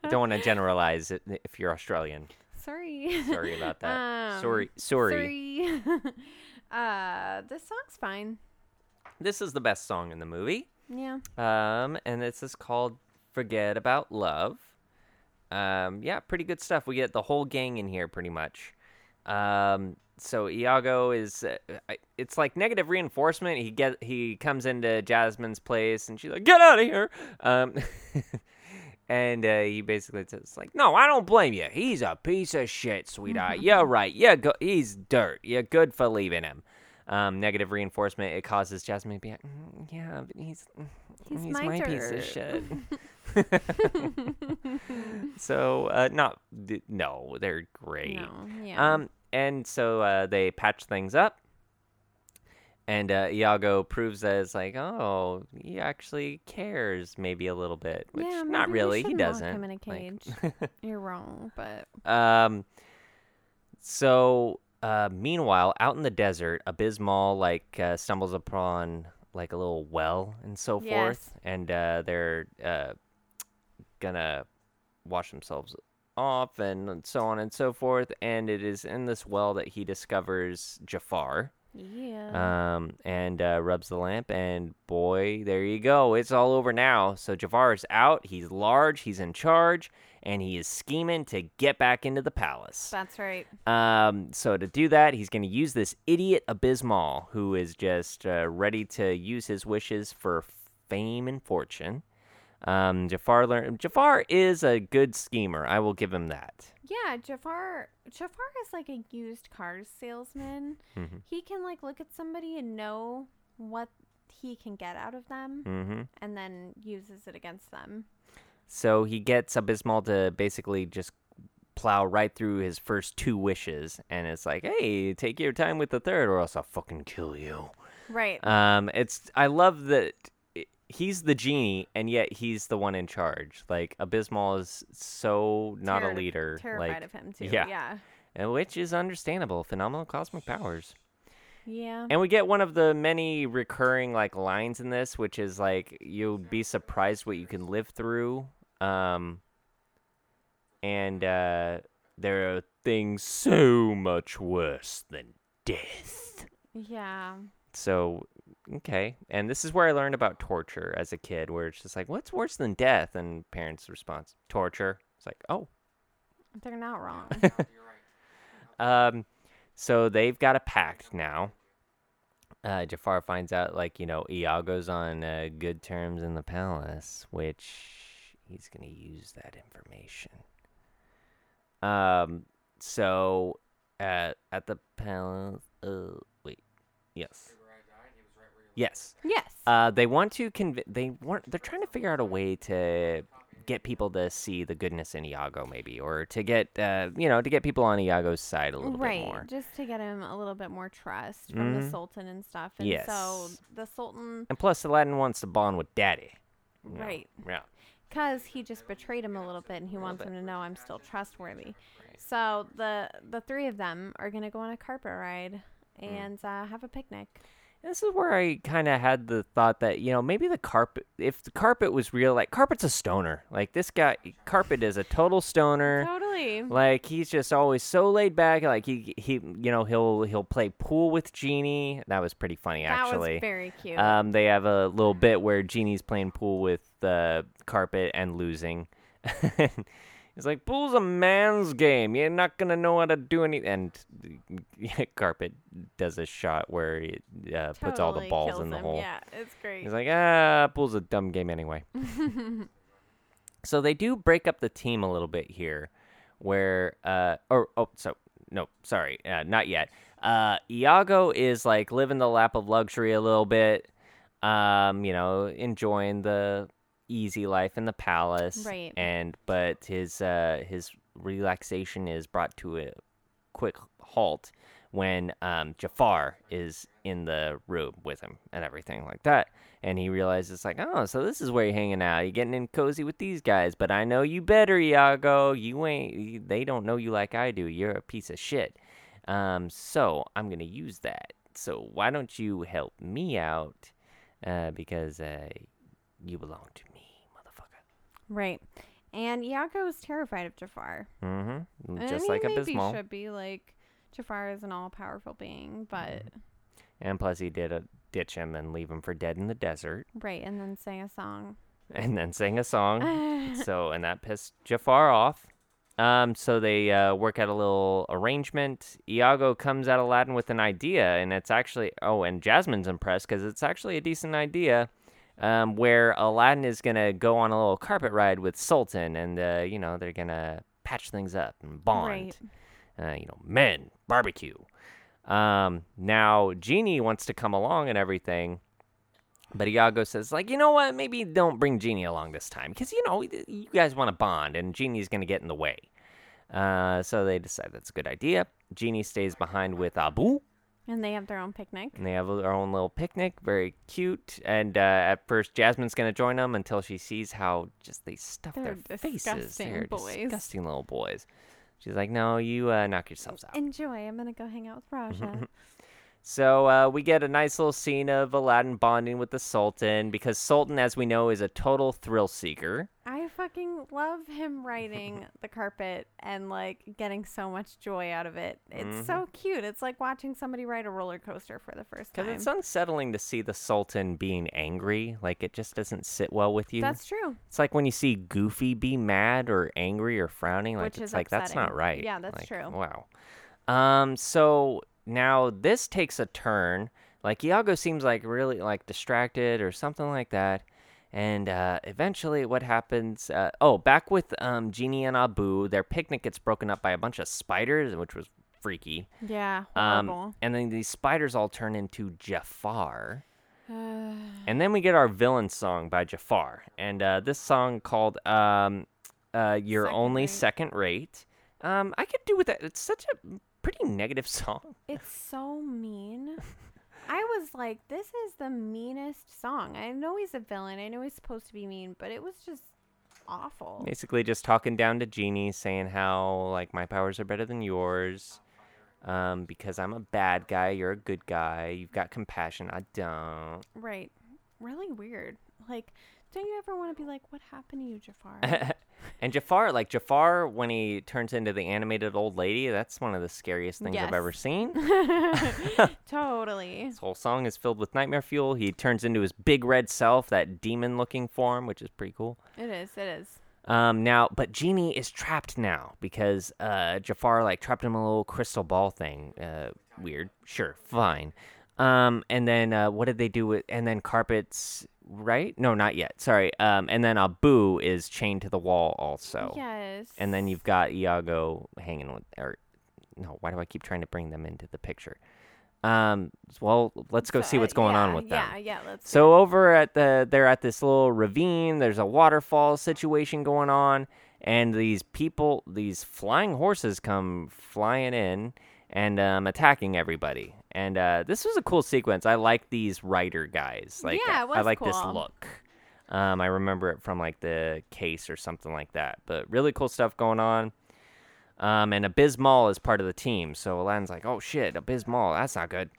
[SPEAKER 1] don't want to generalize it if you're Australian.
[SPEAKER 2] Sorry.
[SPEAKER 1] Sorry about that.
[SPEAKER 2] Um,
[SPEAKER 1] sorry, sorry.
[SPEAKER 2] Sorry. uh, this song's fine.
[SPEAKER 1] This is the best song in the movie.
[SPEAKER 2] Yeah.
[SPEAKER 1] Um, and this is called Forget About Love. Um, yeah, pretty good stuff. We get the whole gang in here pretty much. Um, so Iago is uh, I- it's like negative reinforcement. He get he comes into Jasmine's place and she's like, "Get out of here." Um And uh, he basically says, like, no, I don't blame you. He's a piece of shit, sweetheart. You're right. You're go- he's dirt. You're good for leaving him. Um, negative reinforcement, it causes Jasmine to be like, "Mm, yeah, but he's,
[SPEAKER 2] He's
[SPEAKER 1] he's
[SPEAKER 2] my
[SPEAKER 1] my piece of
[SPEAKER 2] dirt."
[SPEAKER 1] shit. so uh, not th- no, they're great.
[SPEAKER 2] No. Yeah.
[SPEAKER 1] Um, and so uh, they patch things up, and uh, Iago proves that it's like, oh, he actually cares maybe a little bit, which
[SPEAKER 2] yeah,
[SPEAKER 1] not
[SPEAKER 2] maybe we
[SPEAKER 1] really. He
[SPEAKER 2] shouldn't lock
[SPEAKER 1] doesn't.
[SPEAKER 2] Him in a
[SPEAKER 1] Like,
[SPEAKER 2] cage. You're wrong, but
[SPEAKER 1] um, so uh, meanwhile, out in the desert, Abysmal like uh, stumbles upon like a little well and so forth,
[SPEAKER 2] Yes.
[SPEAKER 1] and uh, they're uh, gonna wash themselves off and so on and so forth. And it is in this well that he discovers Jafar.
[SPEAKER 2] yeah.
[SPEAKER 1] Um, and uh, rubs the lamp, and boy, there you go. It's all over now. So Jafar is out. He's large. He's in charge, and he is scheming to get back into the palace.
[SPEAKER 2] That's right.
[SPEAKER 1] Um, so to do that, he's going to use this idiot Abysmal, who is just uh, ready to use his wishes for fame and fortune. Um, Jafar learn Jafar is a good schemer. I will give him that.
[SPEAKER 2] Yeah, Jafar Jafar is like a used car salesman.
[SPEAKER 1] Mhm.
[SPEAKER 2] He can like look at somebody and know what he can get out of them
[SPEAKER 1] Mm-hmm.
[SPEAKER 2] and then uses it against them.
[SPEAKER 1] So he gets Abysmal to basically just plow right through his first two wishes, and it's like, hey, take your time with the third, or else I'll fucking kill you.
[SPEAKER 2] Right.
[SPEAKER 1] Um, it's I love that i- he's the genie, and yet he's the one in charge. Like Abysmal is so not
[SPEAKER 2] Terrif-
[SPEAKER 1] a leader,
[SPEAKER 2] Terrified
[SPEAKER 1] like,
[SPEAKER 2] of him too.
[SPEAKER 1] yeah.
[SPEAKER 2] Yeah. Yeah.
[SPEAKER 1] and which is understandable. Phenomenal cosmic powers.
[SPEAKER 2] Uh-huh.
[SPEAKER 1] And we get one of the many recurring like lines in this, which is like you'll be surprised what you can live through. Um and uh there are things so much worse than death.
[SPEAKER 2] Yeah.
[SPEAKER 1] So okay. And this is where I learned about torture as a kid, where it's just like, What's worse than death? And parents' response, torture. It's like, Oh,
[SPEAKER 2] They're not wrong.
[SPEAKER 1] Um, so they've got a pact now. Uh, Jafar finds out, like, you know, Iago's on uh, good terms in the palace, which he's going to use that information. Um, so uh, at the palace. Uh, wait. Yes. Yes.
[SPEAKER 2] yes.
[SPEAKER 1] Uh, they want to conv- they want they're trying to figure out a way to get people to see the goodness in Iago maybe or to get uh, you know to get people on Iago's side a little
[SPEAKER 2] right.
[SPEAKER 1] bit more.
[SPEAKER 2] Just to get him a little bit more trust from the
[SPEAKER 1] Mhm.
[SPEAKER 2] Sultan and stuff. And so
[SPEAKER 1] Yes.
[SPEAKER 2] the Sultan
[SPEAKER 1] And plus Aladdin wants to bond with Daddy. you know?
[SPEAKER 2] Right.
[SPEAKER 1] Yeah.
[SPEAKER 2] because he just betrayed him a little bit and he wants him to know I'm still trustworthy. So the the three of them are gonna go on a carpet ride
[SPEAKER 1] Mm.
[SPEAKER 2] and uh, have a picnic.
[SPEAKER 1] This is where I kind of had the thought that you know maybe the carpet if the carpet was real like carpet's a stoner like this guy carpet is a total stoner.
[SPEAKER 2] Totally.
[SPEAKER 1] Like he's just always so laid back. Like he he you know he'll he'll play pool with Genie. That was pretty funny
[SPEAKER 2] That
[SPEAKER 1] actually. uh,
[SPEAKER 2] was very cute.
[SPEAKER 1] Um, they have a little bit where Genie's playing pool with the carpet and losing. He's like, pool's a man's game. You're not gonna know how to do any. And Carpet does a shot where he uh, puts all the
[SPEAKER 2] Totally
[SPEAKER 1] balls
[SPEAKER 2] kills
[SPEAKER 1] in the
[SPEAKER 2] him.
[SPEAKER 1] hole.
[SPEAKER 2] Yeah, it's great.
[SPEAKER 1] He's like, ah, pool's a dumb game anyway. so they do break up the team a little bit here, where uh, or oh, so no, sorry, uh, not yet. Uh, Iago is like living the lap of luxury a little bit, um, you know, enjoying the easy life in the palace,
[SPEAKER 2] Right.
[SPEAKER 1] And but his uh his relaxation is brought to a quick halt when um, Jafar is in the room with him and everything like that. And he realizes, like, oh, so this is where you're hanging out. You're getting in cozy with these guys, but I know you better, Iago. You ain't, they don't know you like I do. You're a piece of shit. Um, so I'm going to use that. So why don't you help me out? Uh, because uh, you belong to me, motherfucker.
[SPEAKER 2] right. And Iago is terrified of Jafar.
[SPEAKER 1] Mm-hmm.
[SPEAKER 2] And
[SPEAKER 1] Just
[SPEAKER 2] he
[SPEAKER 1] like
[SPEAKER 2] maybe
[SPEAKER 1] Abysmal.
[SPEAKER 2] should be like Jafar is an all-powerful being, but
[SPEAKER 1] Mm-hmm. And plus, he did uh ditch him and leave him for dead in the desert.
[SPEAKER 2] right. And then sang a song.
[SPEAKER 1] and then sang a song. so and that pissed Jafar off. Um, so they uh, work out a little arrangement. Iago comes at Aladdin with an idea, and it's actually oh, and Jasmine's impressed because it's actually a decent idea. Um, where Aladdin is gonna go on a little carpet ride with Sultan, and uh, you know they're gonna patch things up and bond
[SPEAKER 2] Right.
[SPEAKER 1] uh, you know, men, barbecue. Um, now Genie wants to come along and everything, but Iago says, like, you know what? Maybe don't bring Genie along this time because you know you guys want to bond, and Genie's gonna get in the way. Uh, so they decide that's a good idea. Genie stays behind with Abu,
[SPEAKER 2] And they have their own picnic.
[SPEAKER 1] and they have their own little picnic, very cute. And uh, at first, Jasmine's gonna join them until she sees how just they stuff
[SPEAKER 2] They're
[SPEAKER 1] their faces.
[SPEAKER 2] disgusting
[SPEAKER 1] They're
[SPEAKER 2] boys.
[SPEAKER 1] disgusting little boys. She's like, no, you uh, knock yourselves out.
[SPEAKER 2] Enjoy. I'm gonna go hang out with
[SPEAKER 1] Mm-hmm.
[SPEAKER 2] Raja.
[SPEAKER 1] So uh, we get a nice little scene of Aladdin bonding with the Sultan because Sultan, as we know, is a total thrill seeker.
[SPEAKER 2] I fucking love him riding the carpet and like getting so much joy out of it. It's
[SPEAKER 1] Mm-hmm.
[SPEAKER 2] so cute. It's like watching somebody ride a roller coaster for the first time.
[SPEAKER 1] Because it's unsettling to see the Sultan being angry. Like it just doesn't sit well with you.
[SPEAKER 2] That's true.
[SPEAKER 1] It's like when you see Goofy be mad or angry or frowning. Like
[SPEAKER 2] Which
[SPEAKER 1] it's
[SPEAKER 2] is
[SPEAKER 1] like that's not
[SPEAKER 2] upsetting.
[SPEAKER 1] right.
[SPEAKER 2] Yeah, that's
[SPEAKER 1] Like,
[SPEAKER 2] true.
[SPEAKER 1] Wow. Um. So now this takes a turn. Like Iago seems like really like distracted or something like that. And uh, eventually, what happens? Uh, oh, back with um, Genie and Abu, their picnic gets broken up by a bunch of spiders, which was freaky.
[SPEAKER 2] Yeah.
[SPEAKER 1] Um,
[SPEAKER 2] Horrible.
[SPEAKER 1] and then these spiders all turn into Jafar.
[SPEAKER 2] Uh,
[SPEAKER 1] And then we get our villain song by Jafar, and uh, this song called um, uh, "You're
[SPEAKER 2] Second
[SPEAKER 1] Only
[SPEAKER 2] Rate.
[SPEAKER 1] Second Rate." Um, I could do with that. It's such a pretty negative song.
[SPEAKER 2] It's so mean. I was like, this is the meanest song. I know he's a villain. I know he's supposed to be mean, but it was just awful.
[SPEAKER 1] Basically, just talking down to Genie, saying how like my powers are better than yours, um, because I'm a bad guy, you're a good guy, you've got compassion, I don't.
[SPEAKER 2] Right. Really weird. Like, don't you ever want to be like, what happened to you, Jafar?
[SPEAKER 1] and Jafar, like Jafar, when he turns into the animated old lady, that's one of the scariest things I've
[SPEAKER 2] Yes.
[SPEAKER 1] ever seen.
[SPEAKER 2] totally.
[SPEAKER 1] This whole song is filled with nightmare fuel. He turns into his big red self, that demon looking form, which is pretty cool.
[SPEAKER 2] It is. It is.
[SPEAKER 1] Um, now, but Genie is trapped now because uh, Jafar like trapped him in a little crystal ball thing. Uh, weird. Sure, fine. Um, and then uh, what did they do with? And then carpets, right? No, not yet. Sorry. Um, and then Abu is chained to the wall also.
[SPEAKER 2] Yes.
[SPEAKER 1] And then you've got Iago hanging with, or no, why do I keep trying to bring them into the picture? Um, well, let's go
[SPEAKER 2] So,
[SPEAKER 1] see what's
[SPEAKER 2] uh,
[SPEAKER 1] going on
[SPEAKER 2] yeah,
[SPEAKER 1] with them.
[SPEAKER 2] Yeah, yeah, let's
[SPEAKER 1] So over at the they're at this little ravine, there's a waterfall situation going on and these people, these flying horses come flying in and um, attacking everybody. And uh, this was a cool sequence. I like these rider guys. Like
[SPEAKER 2] Yeah, it
[SPEAKER 1] I- I
[SPEAKER 2] was
[SPEAKER 1] like this
[SPEAKER 2] cool.
[SPEAKER 1] look. Um, I remember it from like the case or something like that. But really cool stuff going on. Um, and Abysmal is part of the team. So Aladdin's like, oh shit, Abysmal, that's not good.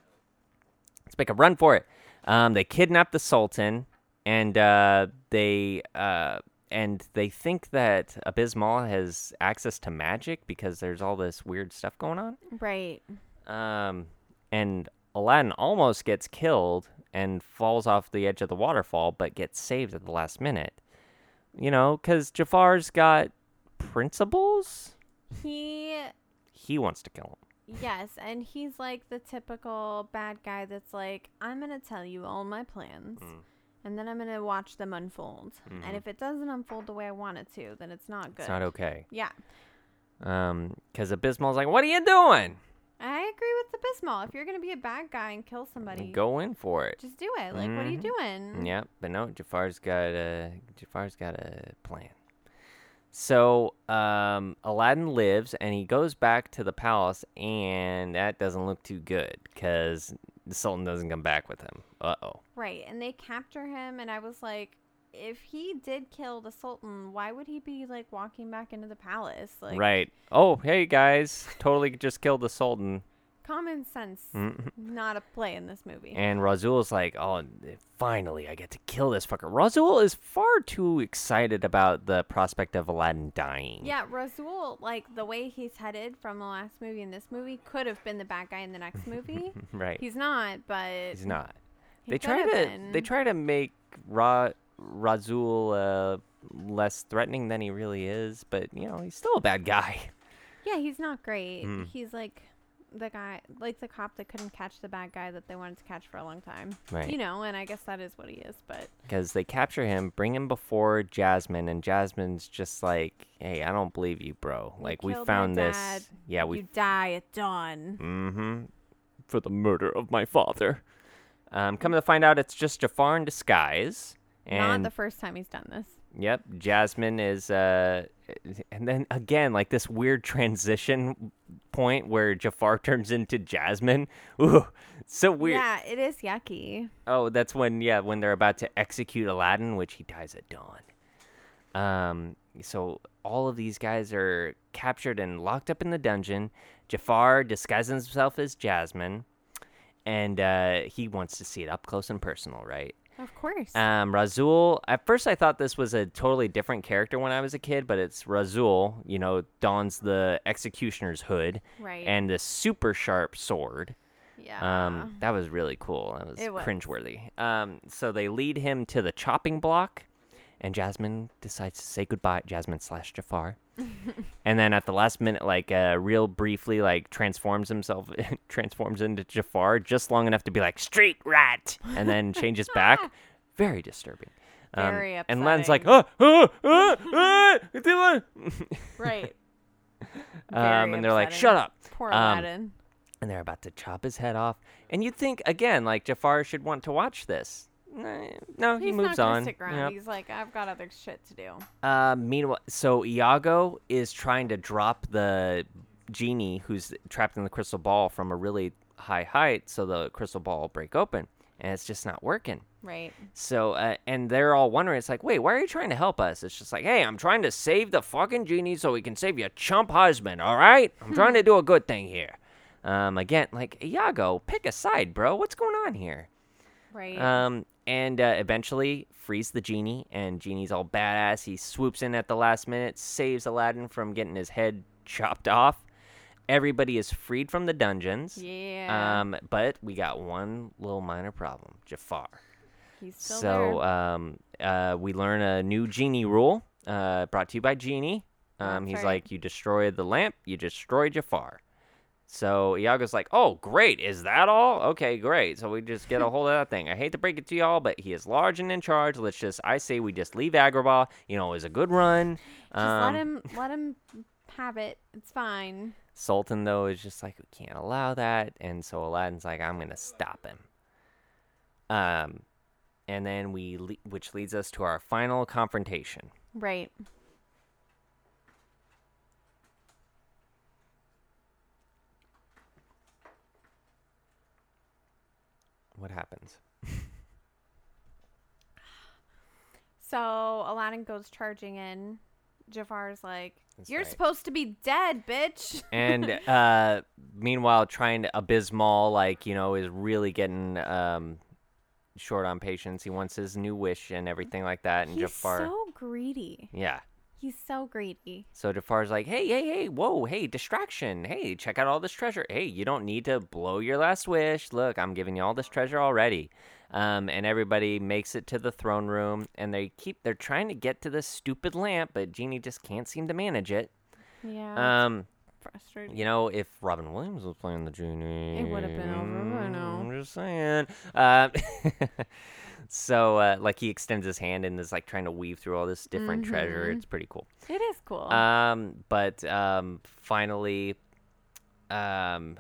[SPEAKER 1] Let's make a run for it. Um, they kidnap the Sultan, and uh, they uh, and they think that Abysmal has access to magic because there's all this weird stuff going on.
[SPEAKER 2] Right.
[SPEAKER 1] Um, and Aladdin almost gets killed and falls off the edge of the waterfall, but gets saved at the last minute. You know, because Jafar's got principles.
[SPEAKER 2] He
[SPEAKER 1] He wants to kill him.
[SPEAKER 2] Yes, and he's like the typical bad guy that's like, I'm going to tell you all my plans
[SPEAKER 1] Mm.
[SPEAKER 2] and then I'm going to watch them unfold.
[SPEAKER 1] Mhm.
[SPEAKER 2] And if it doesn't unfold the way I want it to, then it's not good.
[SPEAKER 1] It's not okay.
[SPEAKER 2] yeah.
[SPEAKER 1] Um, because Abysmal's like, "What are you doing?
[SPEAKER 2] I agree with the Bismol. If you're going to be a bad guy and kill somebody,
[SPEAKER 1] Go in for it."
[SPEAKER 2] just do it. Like, what are you doing?
[SPEAKER 1] Yeah, but no, Jafar's got a Jafar's got a plan. So um, Aladdin lives, and he goes back to the palace, and that doesn't look too good because the Sultan doesn't come back with him. Uh oh.
[SPEAKER 2] Right. And they capture him, and I was like, if he did kill the Sultan, why would he be like walking back into the palace? Like,
[SPEAKER 1] Right. Oh hey guys, totally just killed the Sultan.
[SPEAKER 2] common sense,
[SPEAKER 1] Mhm.
[SPEAKER 2] not a play in this movie.
[SPEAKER 1] And Razul's like, oh, finally, I get to kill this fucker. Razul is far too excited about the prospect of Aladdin dying.
[SPEAKER 2] Yeah, Razul, like the way he's headed from the last movie and this movie, could have been the bad guy in the next movie.
[SPEAKER 1] Right.
[SPEAKER 2] he's not, but
[SPEAKER 1] He's not.
[SPEAKER 2] he
[SPEAKER 1] they
[SPEAKER 2] could
[SPEAKER 1] try
[SPEAKER 2] have
[SPEAKER 1] to
[SPEAKER 2] been.
[SPEAKER 1] they try to make Ra Razul uh, less threatening than he really is, but you know he's still a bad guy.
[SPEAKER 2] Yeah, he's not great.
[SPEAKER 1] Mm.
[SPEAKER 2] He's like the guy, like the cop that couldn't catch the bad guy that they wanted to catch for a long time.
[SPEAKER 1] Right.
[SPEAKER 2] You know, and I guess that is what he is. But
[SPEAKER 1] Because they capture him, bring him before Jasmine, and Jasmine's just like, "Hey, I don't believe you, bro. Like we
[SPEAKER 2] killed my
[SPEAKER 1] found this.
[SPEAKER 2] dad.
[SPEAKER 1] Yeah, we
[SPEAKER 2] you die at dawn.
[SPEAKER 1] Mm-hmm. For the murder of my father. Um, come to find out, it's just Jafar in disguise.
[SPEAKER 2] not
[SPEAKER 1] And
[SPEAKER 2] the first time he's done this.
[SPEAKER 1] yep, Jasmine is. Uh, and then again, like this weird transition point where Jafar turns into Jasmine. Ooh, so weird.
[SPEAKER 2] Yeah, it is yucky.
[SPEAKER 1] Oh, that's when yeah, when they're about to execute Aladdin, which he dies at dawn. Um, so all of these guys are captured and locked up in the dungeon. Jafar disguises himself as Jasmine, and uh, he wants to see it up close and personal, right?
[SPEAKER 2] Of course.
[SPEAKER 1] Um, Razul. At first, I thought this was a totally different character when I was a kid, but it's Razul. You know, dons the executioner's hood
[SPEAKER 2] right.
[SPEAKER 1] and the super sharp sword.
[SPEAKER 2] yeah.
[SPEAKER 1] Um, that was really cool. That was,
[SPEAKER 2] It was.
[SPEAKER 1] cringeworthy. Um, so they lead him to the chopping block, and Jasmine decides to say goodbye. Jasmine slash Jafar, and then at the last minute, like uh, real briefly, like transforms himself, transforms into Jafar just long enough to be like street rat, and then changes back. Very disturbing. Um,
[SPEAKER 2] Very
[SPEAKER 1] And Len's like, oh, oh, oh, oh,
[SPEAKER 2] right.
[SPEAKER 1] um, and they're like, shut up.
[SPEAKER 2] Poor
[SPEAKER 1] Um,
[SPEAKER 2] Aladdin.
[SPEAKER 1] and they're about to chop his head off. And you'd think again, like Jafar should want to watch this. Nah, No, he
[SPEAKER 2] He's
[SPEAKER 1] moves
[SPEAKER 2] not gonna
[SPEAKER 1] on.
[SPEAKER 2] Stick around.
[SPEAKER 1] Yep.
[SPEAKER 2] He's like, I've got other shit to do.
[SPEAKER 1] Uh, meanwhile, so Iago is trying to drop the genie who's trapped in the crystal ball from a really high height, so the crystal ball will break open, and it's just not working.
[SPEAKER 2] Right.
[SPEAKER 1] So, uh, and they're all wondering, it's like, wait, why are you trying to help us? It's just like, hey, I'm trying to save the fucking genie so we can save your chump husband, all right? I'm trying to do a good thing here. Um, again, like, Iago, pick a side, bro. What's going on here?
[SPEAKER 2] Right.
[SPEAKER 1] Um, and uh, eventually frees the genie, and genie's all badass. He swoops in at the last minute, saves Aladdin from getting his head chopped off. Everybody is freed from the dungeons.
[SPEAKER 2] yeah.
[SPEAKER 1] Um, but we got one little minor problem Jafar.
[SPEAKER 2] he's still
[SPEAKER 1] uh, So um, uh, we learn a new genie rule uh, brought to you by Genie. Um,
[SPEAKER 2] That's
[SPEAKER 1] he's
[SPEAKER 2] right.
[SPEAKER 1] like, you destroy the lamp, you destroy Jafar. So Iago's like, oh, great. Is that all? Okay, great. So we just get a hold of that thing. I hate to break it to y'all, but he is large and in charge. Let's just, I say we just leave Agrabah. You know, it was a good run.
[SPEAKER 2] there. Just
[SPEAKER 1] Um,
[SPEAKER 2] let him let him have it. It's fine.
[SPEAKER 1] Sultan, though, is just like, we can't allow that. And so Aladdin's like, I'm going to stop him. Um, and then we, le- which leads us to our final confrontation.
[SPEAKER 2] Right.
[SPEAKER 1] What happens?
[SPEAKER 2] So Aladdin goes charging in. Jafar's like,
[SPEAKER 1] That's
[SPEAKER 2] "You're
[SPEAKER 1] right.
[SPEAKER 2] supposed to be dead, bitch."
[SPEAKER 1] And uh, meanwhile, trying to abysmal, like you know, is really getting um, short on patience. He wants his new wish and everything like that. And
[SPEAKER 2] He's
[SPEAKER 1] Jafar,
[SPEAKER 2] so greedy.
[SPEAKER 1] yeah.
[SPEAKER 2] He's so greedy.
[SPEAKER 1] So Jafar's like, hey, hey, hey, whoa, hey, distraction. Hey, check out all this treasure. Hey, you don't need to blow your last wish. Look, I'm giving you all this treasure already. Um, and everybody makes it to the throne room, and they keep they're trying to get to this stupid lamp, but Genie just can't seem to manage it.
[SPEAKER 2] Yeah.
[SPEAKER 1] Um,
[SPEAKER 2] frustrating.
[SPEAKER 1] you know, if Robin Williams was playing the Genie,
[SPEAKER 2] would've been over by now.
[SPEAKER 1] I'm just saying. Uh, so, uh, like, he extends his hand and is like trying to weave through all this different
[SPEAKER 2] Mm-hmm.
[SPEAKER 1] treasure. It's pretty cool.
[SPEAKER 2] It is cool.
[SPEAKER 1] Um, but um, finally, um,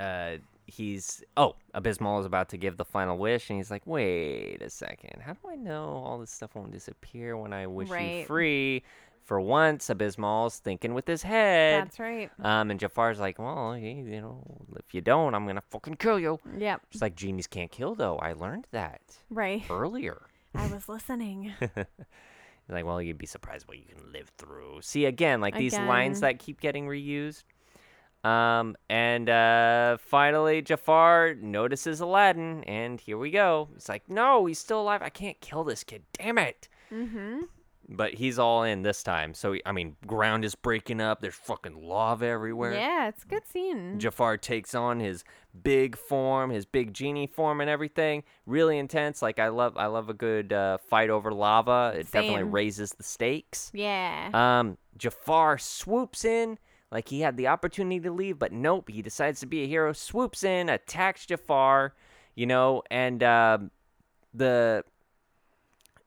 [SPEAKER 1] uh, he's oh, Abysmal is about to give the final wish, and he's like, "Wait a second, how do I know all this stuff won't disappear when I wish you
[SPEAKER 2] Right.
[SPEAKER 1] free?" For once, Abysmal's thinking with his head.
[SPEAKER 2] That's right.
[SPEAKER 1] um, and Jafar's like, well, y- you know, if you don't, I'm gonna fucking kill you.
[SPEAKER 2] Yep.
[SPEAKER 1] It's like genies can't kill, though. I learned that
[SPEAKER 2] Right.
[SPEAKER 1] earlier.
[SPEAKER 2] I was listening.
[SPEAKER 1] He's like, well, you'd be surprised what you can live through. See, again, like these lines that keep getting reused. Um, and uh, finally, Jafar notices Aladdin, and here we go. It's like, no, he's still alive. I can't kill this kid. Damn it.
[SPEAKER 2] Mm-hmm.
[SPEAKER 1] But he's all in this time. So, I mean, ground is breaking up. There's fucking lava everywhere.
[SPEAKER 2] Yeah, it's a good scene.
[SPEAKER 1] Jafar takes on his big form, his big genie form, and everything. Really intense. Like I love, I love a good uh, fight over lava. It definitely
[SPEAKER 2] Same.
[SPEAKER 1] raises the stakes.
[SPEAKER 2] yeah.
[SPEAKER 1] Um, Jafar swoops in like he had the opportunity to leave, but nope, he decides to be a hero. Swoops in, attacks Jafar, you know, and um the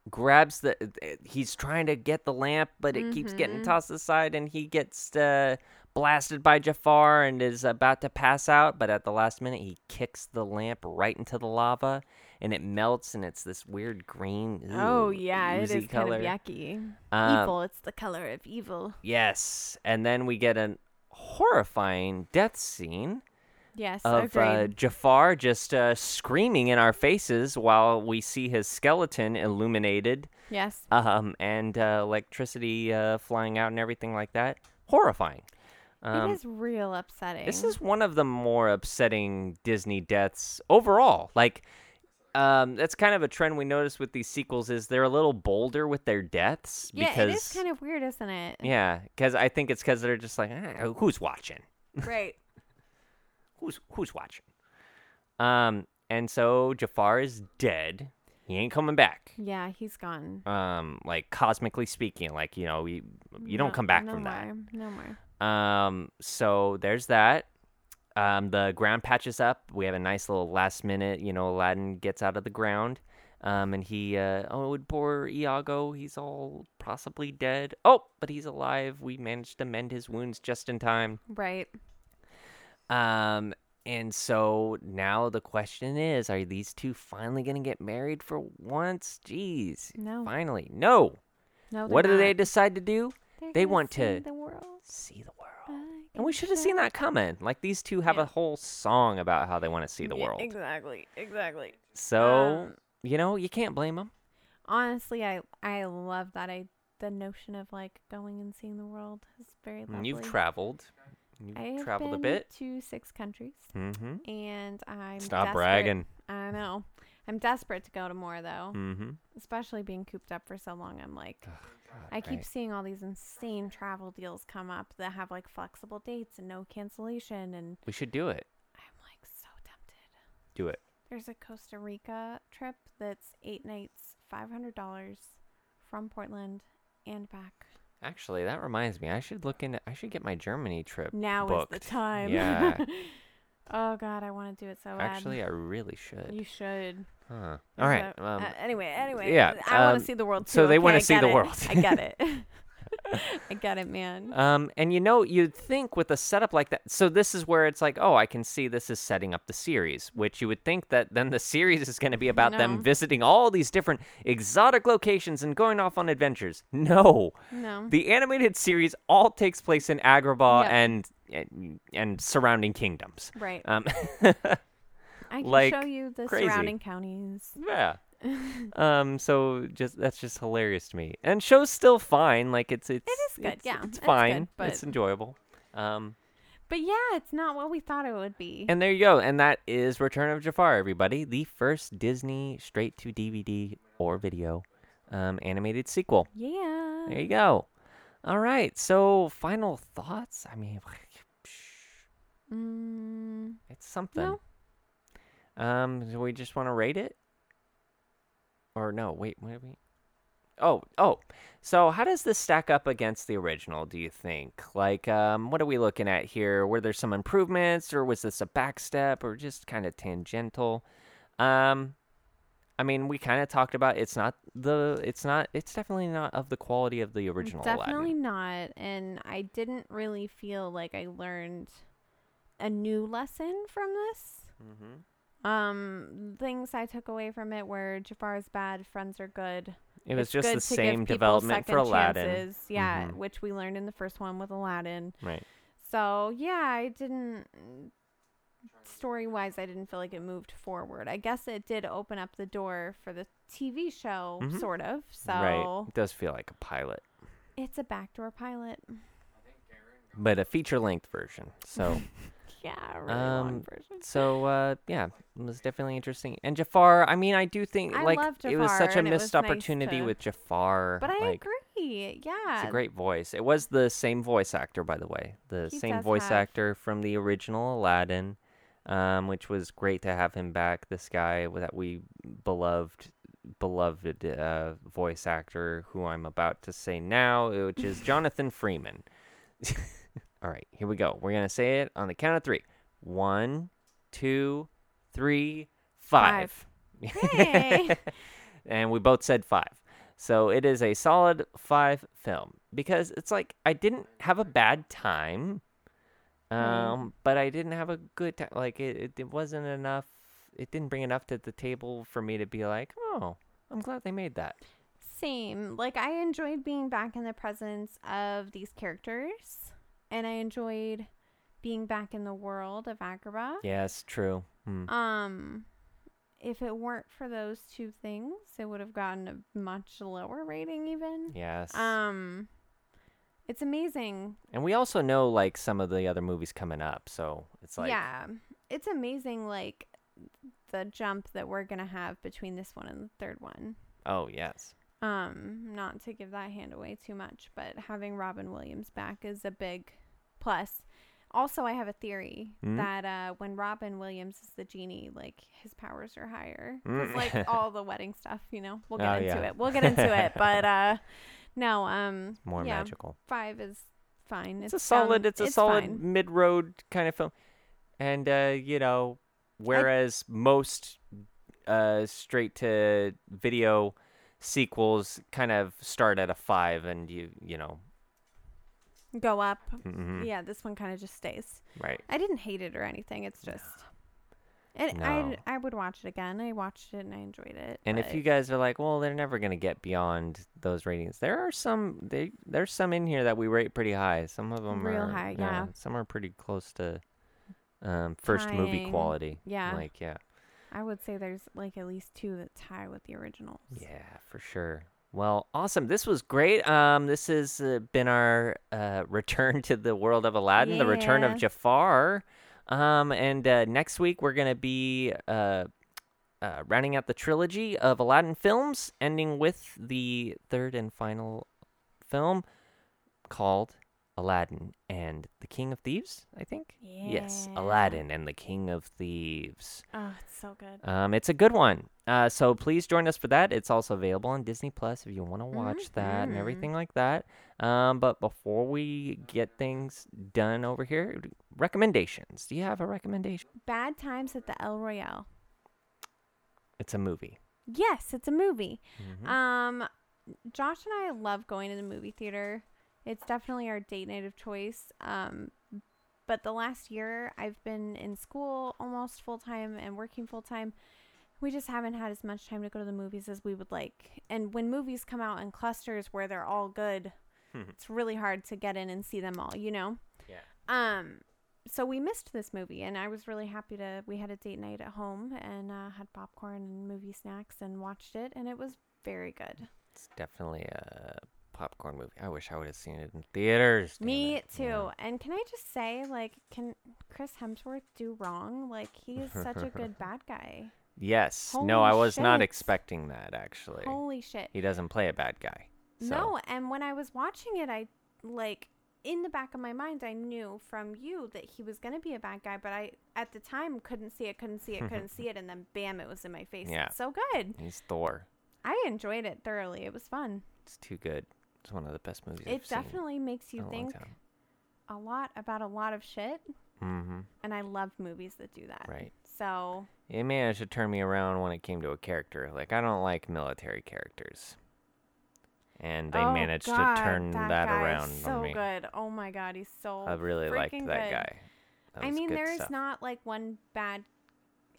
[SPEAKER 1] grabs the. He's trying to get the lamp, but it keeps
[SPEAKER 2] Mm-hmm.
[SPEAKER 1] getting tossed aside, and he gets uh, blasted by Jafar and is about to pass out. But at the last minute, he kicks the lamp right into the lava, and it melts, and it's this weird green.
[SPEAKER 2] oh
[SPEAKER 1] ooh,
[SPEAKER 2] yeah, it
[SPEAKER 1] oozy
[SPEAKER 2] is
[SPEAKER 1] color.
[SPEAKER 2] kind of yucky.
[SPEAKER 1] Um,
[SPEAKER 2] evil. It's the color of evil.
[SPEAKER 1] Yes, and then we get a horrifying death scene
[SPEAKER 2] Yes.
[SPEAKER 1] of uh,
[SPEAKER 2] agreed.
[SPEAKER 1] Jafar just uh, screaming in our faces while we see his skeleton illuminated,
[SPEAKER 2] yes.
[SPEAKER 1] um, and uh, electricity uh, flying out and everything like that. Horrifying. Um,
[SPEAKER 2] it is real upsetting.
[SPEAKER 1] This is one of the more upsetting Disney deaths overall. Like, um, that's kind of a trend we notice with these sequels is they're a little bolder with their deaths
[SPEAKER 2] yeah.
[SPEAKER 1] because
[SPEAKER 2] it is kind of weird, isn't it?
[SPEAKER 1] yeah, because I think it's because they're just like, "Ah, who's watching?
[SPEAKER 2] Right.
[SPEAKER 1] who's who's watching? Um, and so Jafar is dead. He ain't coming back.
[SPEAKER 2] Yeah, he's gone.
[SPEAKER 1] Um, like cosmically speaking, like you know, you Um, you don't
[SPEAKER 2] No-
[SPEAKER 1] come back
[SPEAKER 2] no
[SPEAKER 1] from
[SPEAKER 2] more, No more.
[SPEAKER 1] that. Um, so there's that. Um, the ground patches up. We have a nice little last minute. You know, Aladdin gets out of the ground. Um, and he, uh, oh, and poor Iago, he's all possibly dead. Oh, but he's alive. We managed to mend his wounds just in time.
[SPEAKER 2] Right.
[SPEAKER 1] Um, and so now the question is, are these two finally gonna get married for once? Jeez,
[SPEAKER 2] No.
[SPEAKER 1] finally, no.
[SPEAKER 2] No.
[SPEAKER 1] what do they decide to do?
[SPEAKER 2] They're
[SPEAKER 1] they
[SPEAKER 2] gonna
[SPEAKER 1] want
[SPEAKER 2] see
[SPEAKER 1] to-
[SPEAKER 2] The world.
[SPEAKER 1] See the
[SPEAKER 2] I
[SPEAKER 1] world. And we
[SPEAKER 2] can
[SPEAKER 1] should have
[SPEAKER 2] show
[SPEAKER 1] seen that coming. Like these two have
[SPEAKER 2] Yeah.
[SPEAKER 1] a whole song about how they want to see the
[SPEAKER 2] Yeah,
[SPEAKER 1] world.
[SPEAKER 2] Exactly. Exactly.
[SPEAKER 1] So
[SPEAKER 2] Um,
[SPEAKER 1] you know you can't blame them.
[SPEAKER 2] Honestly, I I love that I the notion of like going and seeing the world is very lovely.
[SPEAKER 1] Mm, You've traveled. You've
[SPEAKER 2] I have
[SPEAKER 1] traveled a
[SPEAKER 2] been
[SPEAKER 1] bit.
[SPEAKER 2] to six countries,
[SPEAKER 1] Mm-hmm.
[SPEAKER 2] and I'm
[SPEAKER 1] Stop
[SPEAKER 2] desperate-
[SPEAKER 1] bragging.
[SPEAKER 2] I know. I'm desperate to go to more though,
[SPEAKER 1] Mm-hmm.
[SPEAKER 2] especially being cooped up for so long. I'm like, I keep seeing all these insane travel deals come up that have like flexible dates and no cancellation, and
[SPEAKER 1] We should do it.
[SPEAKER 2] I'm like so tempted.
[SPEAKER 1] Do it.
[SPEAKER 2] There's a Costa Rica trip that's eight nights, five hundred dollars from Portland and back.
[SPEAKER 1] Actually, that reminds me. I should look into. I should get my Germany trip.
[SPEAKER 2] Now
[SPEAKER 1] booked.
[SPEAKER 2] is the time.
[SPEAKER 1] Yeah.
[SPEAKER 2] oh God, I want to do it so bad.
[SPEAKER 1] Actually, I really should.
[SPEAKER 2] you should.
[SPEAKER 1] Huh. All right.
[SPEAKER 2] So,
[SPEAKER 1] um,
[SPEAKER 2] uh, anyway, anyway.
[SPEAKER 1] yeah,
[SPEAKER 2] I want
[SPEAKER 1] um,
[SPEAKER 2] to see the world. Too,
[SPEAKER 1] so they
[SPEAKER 2] want
[SPEAKER 1] wanna
[SPEAKER 2] to
[SPEAKER 1] see the world.
[SPEAKER 2] I get it. I get it, man.
[SPEAKER 1] um, and you know, you'd think with a setup like that. So this is where it's like, oh, I can see this is setting up the series, which you would think that then the series is going to be about them
[SPEAKER 2] No.
[SPEAKER 1] visiting all these different exotic locations and going off on adventures. No,
[SPEAKER 2] No.
[SPEAKER 1] the animated series all takes place in Agrabah
[SPEAKER 2] Mm. Yep.
[SPEAKER 1] and, and and surrounding kingdoms.
[SPEAKER 2] Right.
[SPEAKER 1] Um,
[SPEAKER 2] I can
[SPEAKER 1] like,
[SPEAKER 2] show you the
[SPEAKER 1] crazy.
[SPEAKER 2] surrounding counties.
[SPEAKER 1] Yeah. um. So just that's just hilarious to me. And show's still fine. Like it's it's
[SPEAKER 2] is good,
[SPEAKER 1] It's,
[SPEAKER 2] yeah,
[SPEAKER 1] it's
[SPEAKER 2] it's good,
[SPEAKER 1] fine.
[SPEAKER 2] but-
[SPEAKER 1] It's enjoyable. Um.
[SPEAKER 2] But yeah, it's not what we thought it would be.
[SPEAKER 1] And there you go. And that is Return of Jafar, everybody. The first Disney straight to DVD or video um, animated sequel.
[SPEAKER 2] yeah.
[SPEAKER 1] There you go. All right. So final thoughts. I mean,
[SPEAKER 2] Mm,
[SPEAKER 1] it's something.
[SPEAKER 2] No.
[SPEAKER 1] Um, do we just want to rate it? Or no, wait, what do we? Oh, oh. So how does this stack up against the original, do you think? Like, um, what are we looking at here? Were there some improvements or was this a backstep or just kind of tangential? Um, I mean, we kind of talked about it's not the it's not it's definitely not of the quality of the original
[SPEAKER 2] Definitely
[SPEAKER 1] Aladdin.
[SPEAKER 2] not. And I didn't really feel like I learned a new lesson from this.
[SPEAKER 1] Mm-hmm.
[SPEAKER 2] Um, things I took away from it were Jafar is bad, friends are good.
[SPEAKER 1] It was
[SPEAKER 2] It's
[SPEAKER 1] just
[SPEAKER 2] good
[SPEAKER 1] the
[SPEAKER 2] to give
[SPEAKER 1] same
[SPEAKER 2] people
[SPEAKER 1] development for
[SPEAKER 2] second
[SPEAKER 1] Aladdin,
[SPEAKER 2] chances, Yeah,
[SPEAKER 1] Mhm.
[SPEAKER 2] which we learned in the first one with Aladdin.
[SPEAKER 1] right?
[SPEAKER 2] So yeah, I didn't. Story wise, I didn't feel like it moved forward. I guess it did open up the door for the TV show,
[SPEAKER 1] Mhm.
[SPEAKER 2] sort of. So
[SPEAKER 1] Right. It does feel like a pilot,
[SPEAKER 2] it's a backdoor pilot.
[SPEAKER 1] but a feature-length version. So.
[SPEAKER 2] Yeah, a really long
[SPEAKER 1] Um,
[SPEAKER 2] version.
[SPEAKER 1] So uh, yeah, it was definitely interesting. And Jafar, I mean, I do think
[SPEAKER 2] I
[SPEAKER 1] like
[SPEAKER 2] love
[SPEAKER 1] it was such
[SPEAKER 2] Jafar,
[SPEAKER 1] a
[SPEAKER 2] and it was
[SPEAKER 1] missed
[SPEAKER 2] nice
[SPEAKER 1] opportunity
[SPEAKER 2] to-
[SPEAKER 1] with Jafar.
[SPEAKER 2] But I
[SPEAKER 1] like,
[SPEAKER 2] agree. Yeah,
[SPEAKER 1] It's a great voice. It was the same voice actor, by the way, the
[SPEAKER 2] He
[SPEAKER 1] same
[SPEAKER 2] does
[SPEAKER 1] voice
[SPEAKER 2] have-
[SPEAKER 1] actor from the original Aladdin, um, which was great to have him back. This guy that we beloved, beloved uh, voice actor, who I'm about to say now, uh, which is Jonathan Freeman. All right, here we go. We're gonna say it on the count of three. One, two, three, five.
[SPEAKER 2] Five. Hey.
[SPEAKER 1] and we both said five. So it is a solid five film because it's like I didn't have a bad time,
[SPEAKER 2] Mm.
[SPEAKER 1] um, but I didn't have a good time. Like it, it, it wasn't enough. It didn't bring enough to the table for me to be like, oh, I'm glad they made that.
[SPEAKER 2] Same. Like I enjoyed being back in the presence of these characters, and I enjoyed being back in the world of Agrabah.
[SPEAKER 1] Yes, true. Mm.
[SPEAKER 2] Um, if it weren't for those two things, it would have gotten a much lower rating, even.
[SPEAKER 1] Yes.
[SPEAKER 2] Um, it's amazing.
[SPEAKER 1] and we also know like some of the other movies coming up, so it's like
[SPEAKER 2] yeah, it's amazing. Like the jump that we're gonna have between this one and the third one.
[SPEAKER 1] Oh yes.
[SPEAKER 2] Um, not to give that hand away too much, but having Robin Williams back is a big plus. Also, I have a theory
[SPEAKER 1] Hmm?
[SPEAKER 2] that uh, when Robin Williams is the genie, like his powers are higher. 'Cause,
[SPEAKER 1] Mm.
[SPEAKER 2] like all the wedding stuff, you know. We'll get
[SPEAKER 1] Oh,
[SPEAKER 2] into
[SPEAKER 1] yeah.
[SPEAKER 2] it. We'll get into it. But uh, no, um,
[SPEAKER 1] More
[SPEAKER 2] yeah,
[SPEAKER 1] magical.
[SPEAKER 2] Five is fine.
[SPEAKER 1] It's a solid.
[SPEAKER 2] sound-
[SPEAKER 1] it's a solid
[SPEAKER 2] fine.
[SPEAKER 1] mid-road kind of film, and uh, you know, whereas most uh, straight-to video sequels kind of start at a five, and you you know,
[SPEAKER 2] Go up.
[SPEAKER 1] mhm,
[SPEAKER 2] Yeah, this one kind of just stays.
[SPEAKER 1] right?
[SPEAKER 2] I didn't hate it or anything. It's just. And
[SPEAKER 1] No.
[SPEAKER 2] I, I would watch it again. I watched it and I enjoyed it.
[SPEAKER 1] And
[SPEAKER 2] but-
[SPEAKER 1] if you guys are like, well, they're never gonna get beyond those ratings. There are some. They there's some in here that we rate pretty high. Some of them
[SPEAKER 2] Real
[SPEAKER 1] are
[SPEAKER 2] high, yeah.
[SPEAKER 1] Some are pretty close to um, first movie
[SPEAKER 2] Tying,
[SPEAKER 1] quality.
[SPEAKER 2] yeah.
[SPEAKER 1] Like yeah.
[SPEAKER 2] I would say there's like at least two that tie with the originals.
[SPEAKER 1] Yeah, for sure. Well, awesome. This was great. Um, this has uh, been our uh, return to the world of Aladdin, the return
[SPEAKER 2] Yeah.
[SPEAKER 1] of Jafar. Um, and uh, next week we're gonna be uh, uh, rounding out the trilogy of Aladdin films, ending with the third and final film called Aladdin and the King of Thieves. I think. Yes,
[SPEAKER 2] Yeah.
[SPEAKER 1] Aladdin and the King of Thieves.
[SPEAKER 2] Oh, it's so good.
[SPEAKER 1] Um, it's a good one. Uh, so please join us for that. It's also available on Disney Plus if you want to watch that and
[SPEAKER 2] Mhm.
[SPEAKER 1] everything like that. Um, but before we get things done over here, d- recommendations. Do you have a recommendation?
[SPEAKER 2] Bad Times at the El Royale.
[SPEAKER 1] It's a movie.
[SPEAKER 2] Yes, it's a movie.
[SPEAKER 1] Mhm.
[SPEAKER 2] Um, Josh and I love going to the movie theater. It's definitely our date night of choice. Um, but the last year I've been in school almost full time and working full time. We just haven't had as much time to go to the movies as we would like. And when movies come out in clusters where they're all good, it's really hard to get in and see them all, you know?
[SPEAKER 1] Yeah.
[SPEAKER 2] Um, so we missed this movie, and I was really happy to. We had a date night at home and uh, had popcorn and movie snacks and watched it, and it was very good.
[SPEAKER 1] It's definitely a popcorn movie. I wish I would have seen it in theaters. damn
[SPEAKER 2] Me
[SPEAKER 1] it.
[SPEAKER 2] too.
[SPEAKER 1] Yeah.
[SPEAKER 2] And can I just say, like, can Chris Hemsworth do wrong? Like, he is such a good bad guy.
[SPEAKER 1] Yes. no,
[SPEAKER 2] Holy
[SPEAKER 1] I was not
[SPEAKER 2] shit.
[SPEAKER 1] expecting that actually.
[SPEAKER 2] Holy shit.
[SPEAKER 1] He doesn't play a bad guy. So.
[SPEAKER 2] No, and when I was watching it, I like in the back of my mind, I knew from you that he was going to be a bad guy, but I, at the time, couldn't see it, couldn't see it, couldn't see it. And then, bam, it was in my face.
[SPEAKER 1] Yeah.
[SPEAKER 2] It's so good.
[SPEAKER 1] He's Thor.
[SPEAKER 2] I enjoyed it thoroughly. It was fun.
[SPEAKER 1] It's too good. It's one of the best movies I've
[SPEAKER 2] it definitely makes
[SPEAKER 1] seen
[SPEAKER 2] you
[SPEAKER 1] in a long
[SPEAKER 2] think
[SPEAKER 1] time.
[SPEAKER 2] a lot about a lot of shit.
[SPEAKER 1] Mm-hmm.
[SPEAKER 2] And I love movies that do that.
[SPEAKER 1] Right.
[SPEAKER 2] So,
[SPEAKER 1] It managed to turn me around when it came to a character. Like I don't like military characters, and they
[SPEAKER 2] Oh,
[SPEAKER 1] managed
[SPEAKER 2] God,
[SPEAKER 1] to turn that,
[SPEAKER 2] guy is
[SPEAKER 1] around
[SPEAKER 2] So
[SPEAKER 1] on me.
[SPEAKER 2] good. Oh my God. He's so.
[SPEAKER 1] I really liked that
[SPEAKER 2] freaking good.
[SPEAKER 1] guy. That
[SPEAKER 2] I
[SPEAKER 1] was
[SPEAKER 2] mean,
[SPEAKER 1] good
[SPEAKER 2] there is
[SPEAKER 1] stuff.
[SPEAKER 2] not like one bad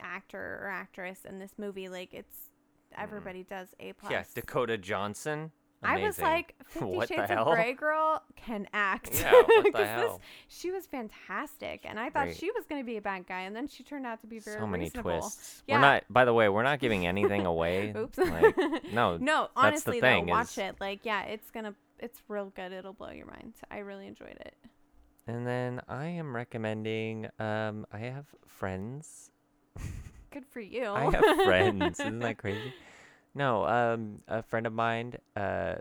[SPEAKER 2] actor or actress in this movie. Like it's everybody does a plus.
[SPEAKER 1] Yeah, Dakota Johnson.
[SPEAKER 2] I was
[SPEAKER 1] Amazing.
[SPEAKER 2] like, Fifty
[SPEAKER 1] what
[SPEAKER 2] Shades
[SPEAKER 1] the
[SPEAKER 2] of
[SPEAKER 1] hell?
[SPEAKER 2] Grey girl can act.
[SPEAKER 1] Yeah, what the
[SPEAKER 2] 'Cause this-
[SPEAKER 1] hell?
[SPEAKER 2] she was fantastic, and I thought
[SPEAKER 1] Great.
[SPEAKER 2] she was going to be a bad guy, and then she turned out to be very
[SPEAKER 1] so many
[SPEAKER 2] reasonable.
[SPEAKER 1] twists.
[SPEAKER 2] Yeah.
[SPEAKER 1] We're not. By the way, we're not giving anything away.
[SPEAKER 2] Oops.
[SPEAKER 1] Like, no.
[SPEAKER 2] no,
[SPEAKER 1] that's the
[SPEAKER 2] honestly
[SPEAKER 1] thing
[SPEAKER 2] though, watch
[SPEAKER 1] is-
[SPEAKER 2] it. Like, yeah, it's gonna, it's real good. It'll blow your mind. I really enjoyed it.
[SPEAKER 1] And then I am recommending. Um, I have friends
[SPEAKER 2] Good for you.
[SPEAKER 1] I
[SPEAKER 2] Oh.
[SPEAKER 1] have friends. Isn't that crazy? No, um, a friend of mine uh,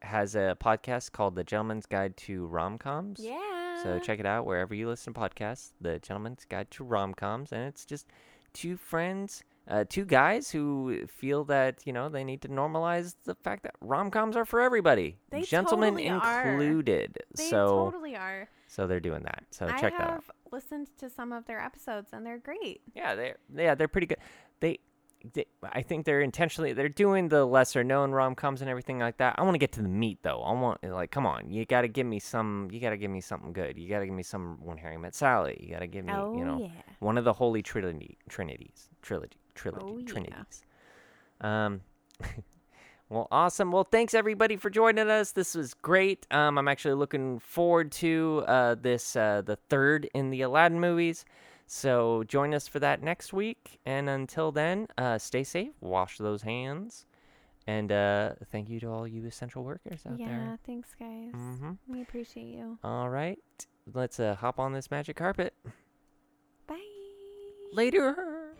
[SPEAKER 1] has a podcast called The Gentleman's Guide to Rom Coms.
[SPEAKER 2] Yeah.
[SPEAKER 1] So check it out wherever you listen to podcasts. The Gentleman's Guide to Rom Coms, and it's just two friends, uh, two guys who feel that you know they need to normalize the fact that rom coms are for everybody,
[SPEAKER 2] They
[SPEAKER 1] gentlemen
[SPEAKER 2] totally are.
[SPEAKER 1] included.
[SPEAKER 2] They
[SPEAKER 1] so
[SPEAKER 2] totally are.
[SPEAKER 1] so they're doing that. So
[SPEAKER 2] I
[SPEAKER 1] check
[SPEAKER 2] have
[SPEAKER 1] that out.
[SPEAKER 2] listened to some of their episodes and they're great.
[SPEAKER 1] Yeah, they yeah they're pretty good. They, they I think they're intentionally they're doing the lesser known rom coms and everything like that. I want to get to the meat though. I want like come on, you got to give me some. You got to give me something good. You got to give me some when Harry met Sally. You got to give me
[SPEAKER 2] oh
[SPEAKER 1] you know
[SPEAKER 2] yeah.
[SPEAKER 1] one of the holy trinity trinities trilogy trilogy
[SPEAKER 2] Oh, yeah.
[SPEAKER 1] trinities. Um. Well, awesome. Well, thanks everybody for joining us. This was great. Um, I'm actually looking forward to uh, this uh, the third in the Aladdin movies. So join us for that next week. And until then, uh, stay safe, wash those hands, and uh, thank you to all you essential workers out
[SPEAKER 2] Yeah,
[SPEAKER 1] there.
[SPEAKER 2] thanks guys.
[SPEAKER 1] Mm-hmm.
[SPEAKER 2] We appreciate you.
[SPEAKER 1] All right, let's uh, hop on this magic carpet.
[SPEAKER 2] Bye.
[SPEAKER 1] Later.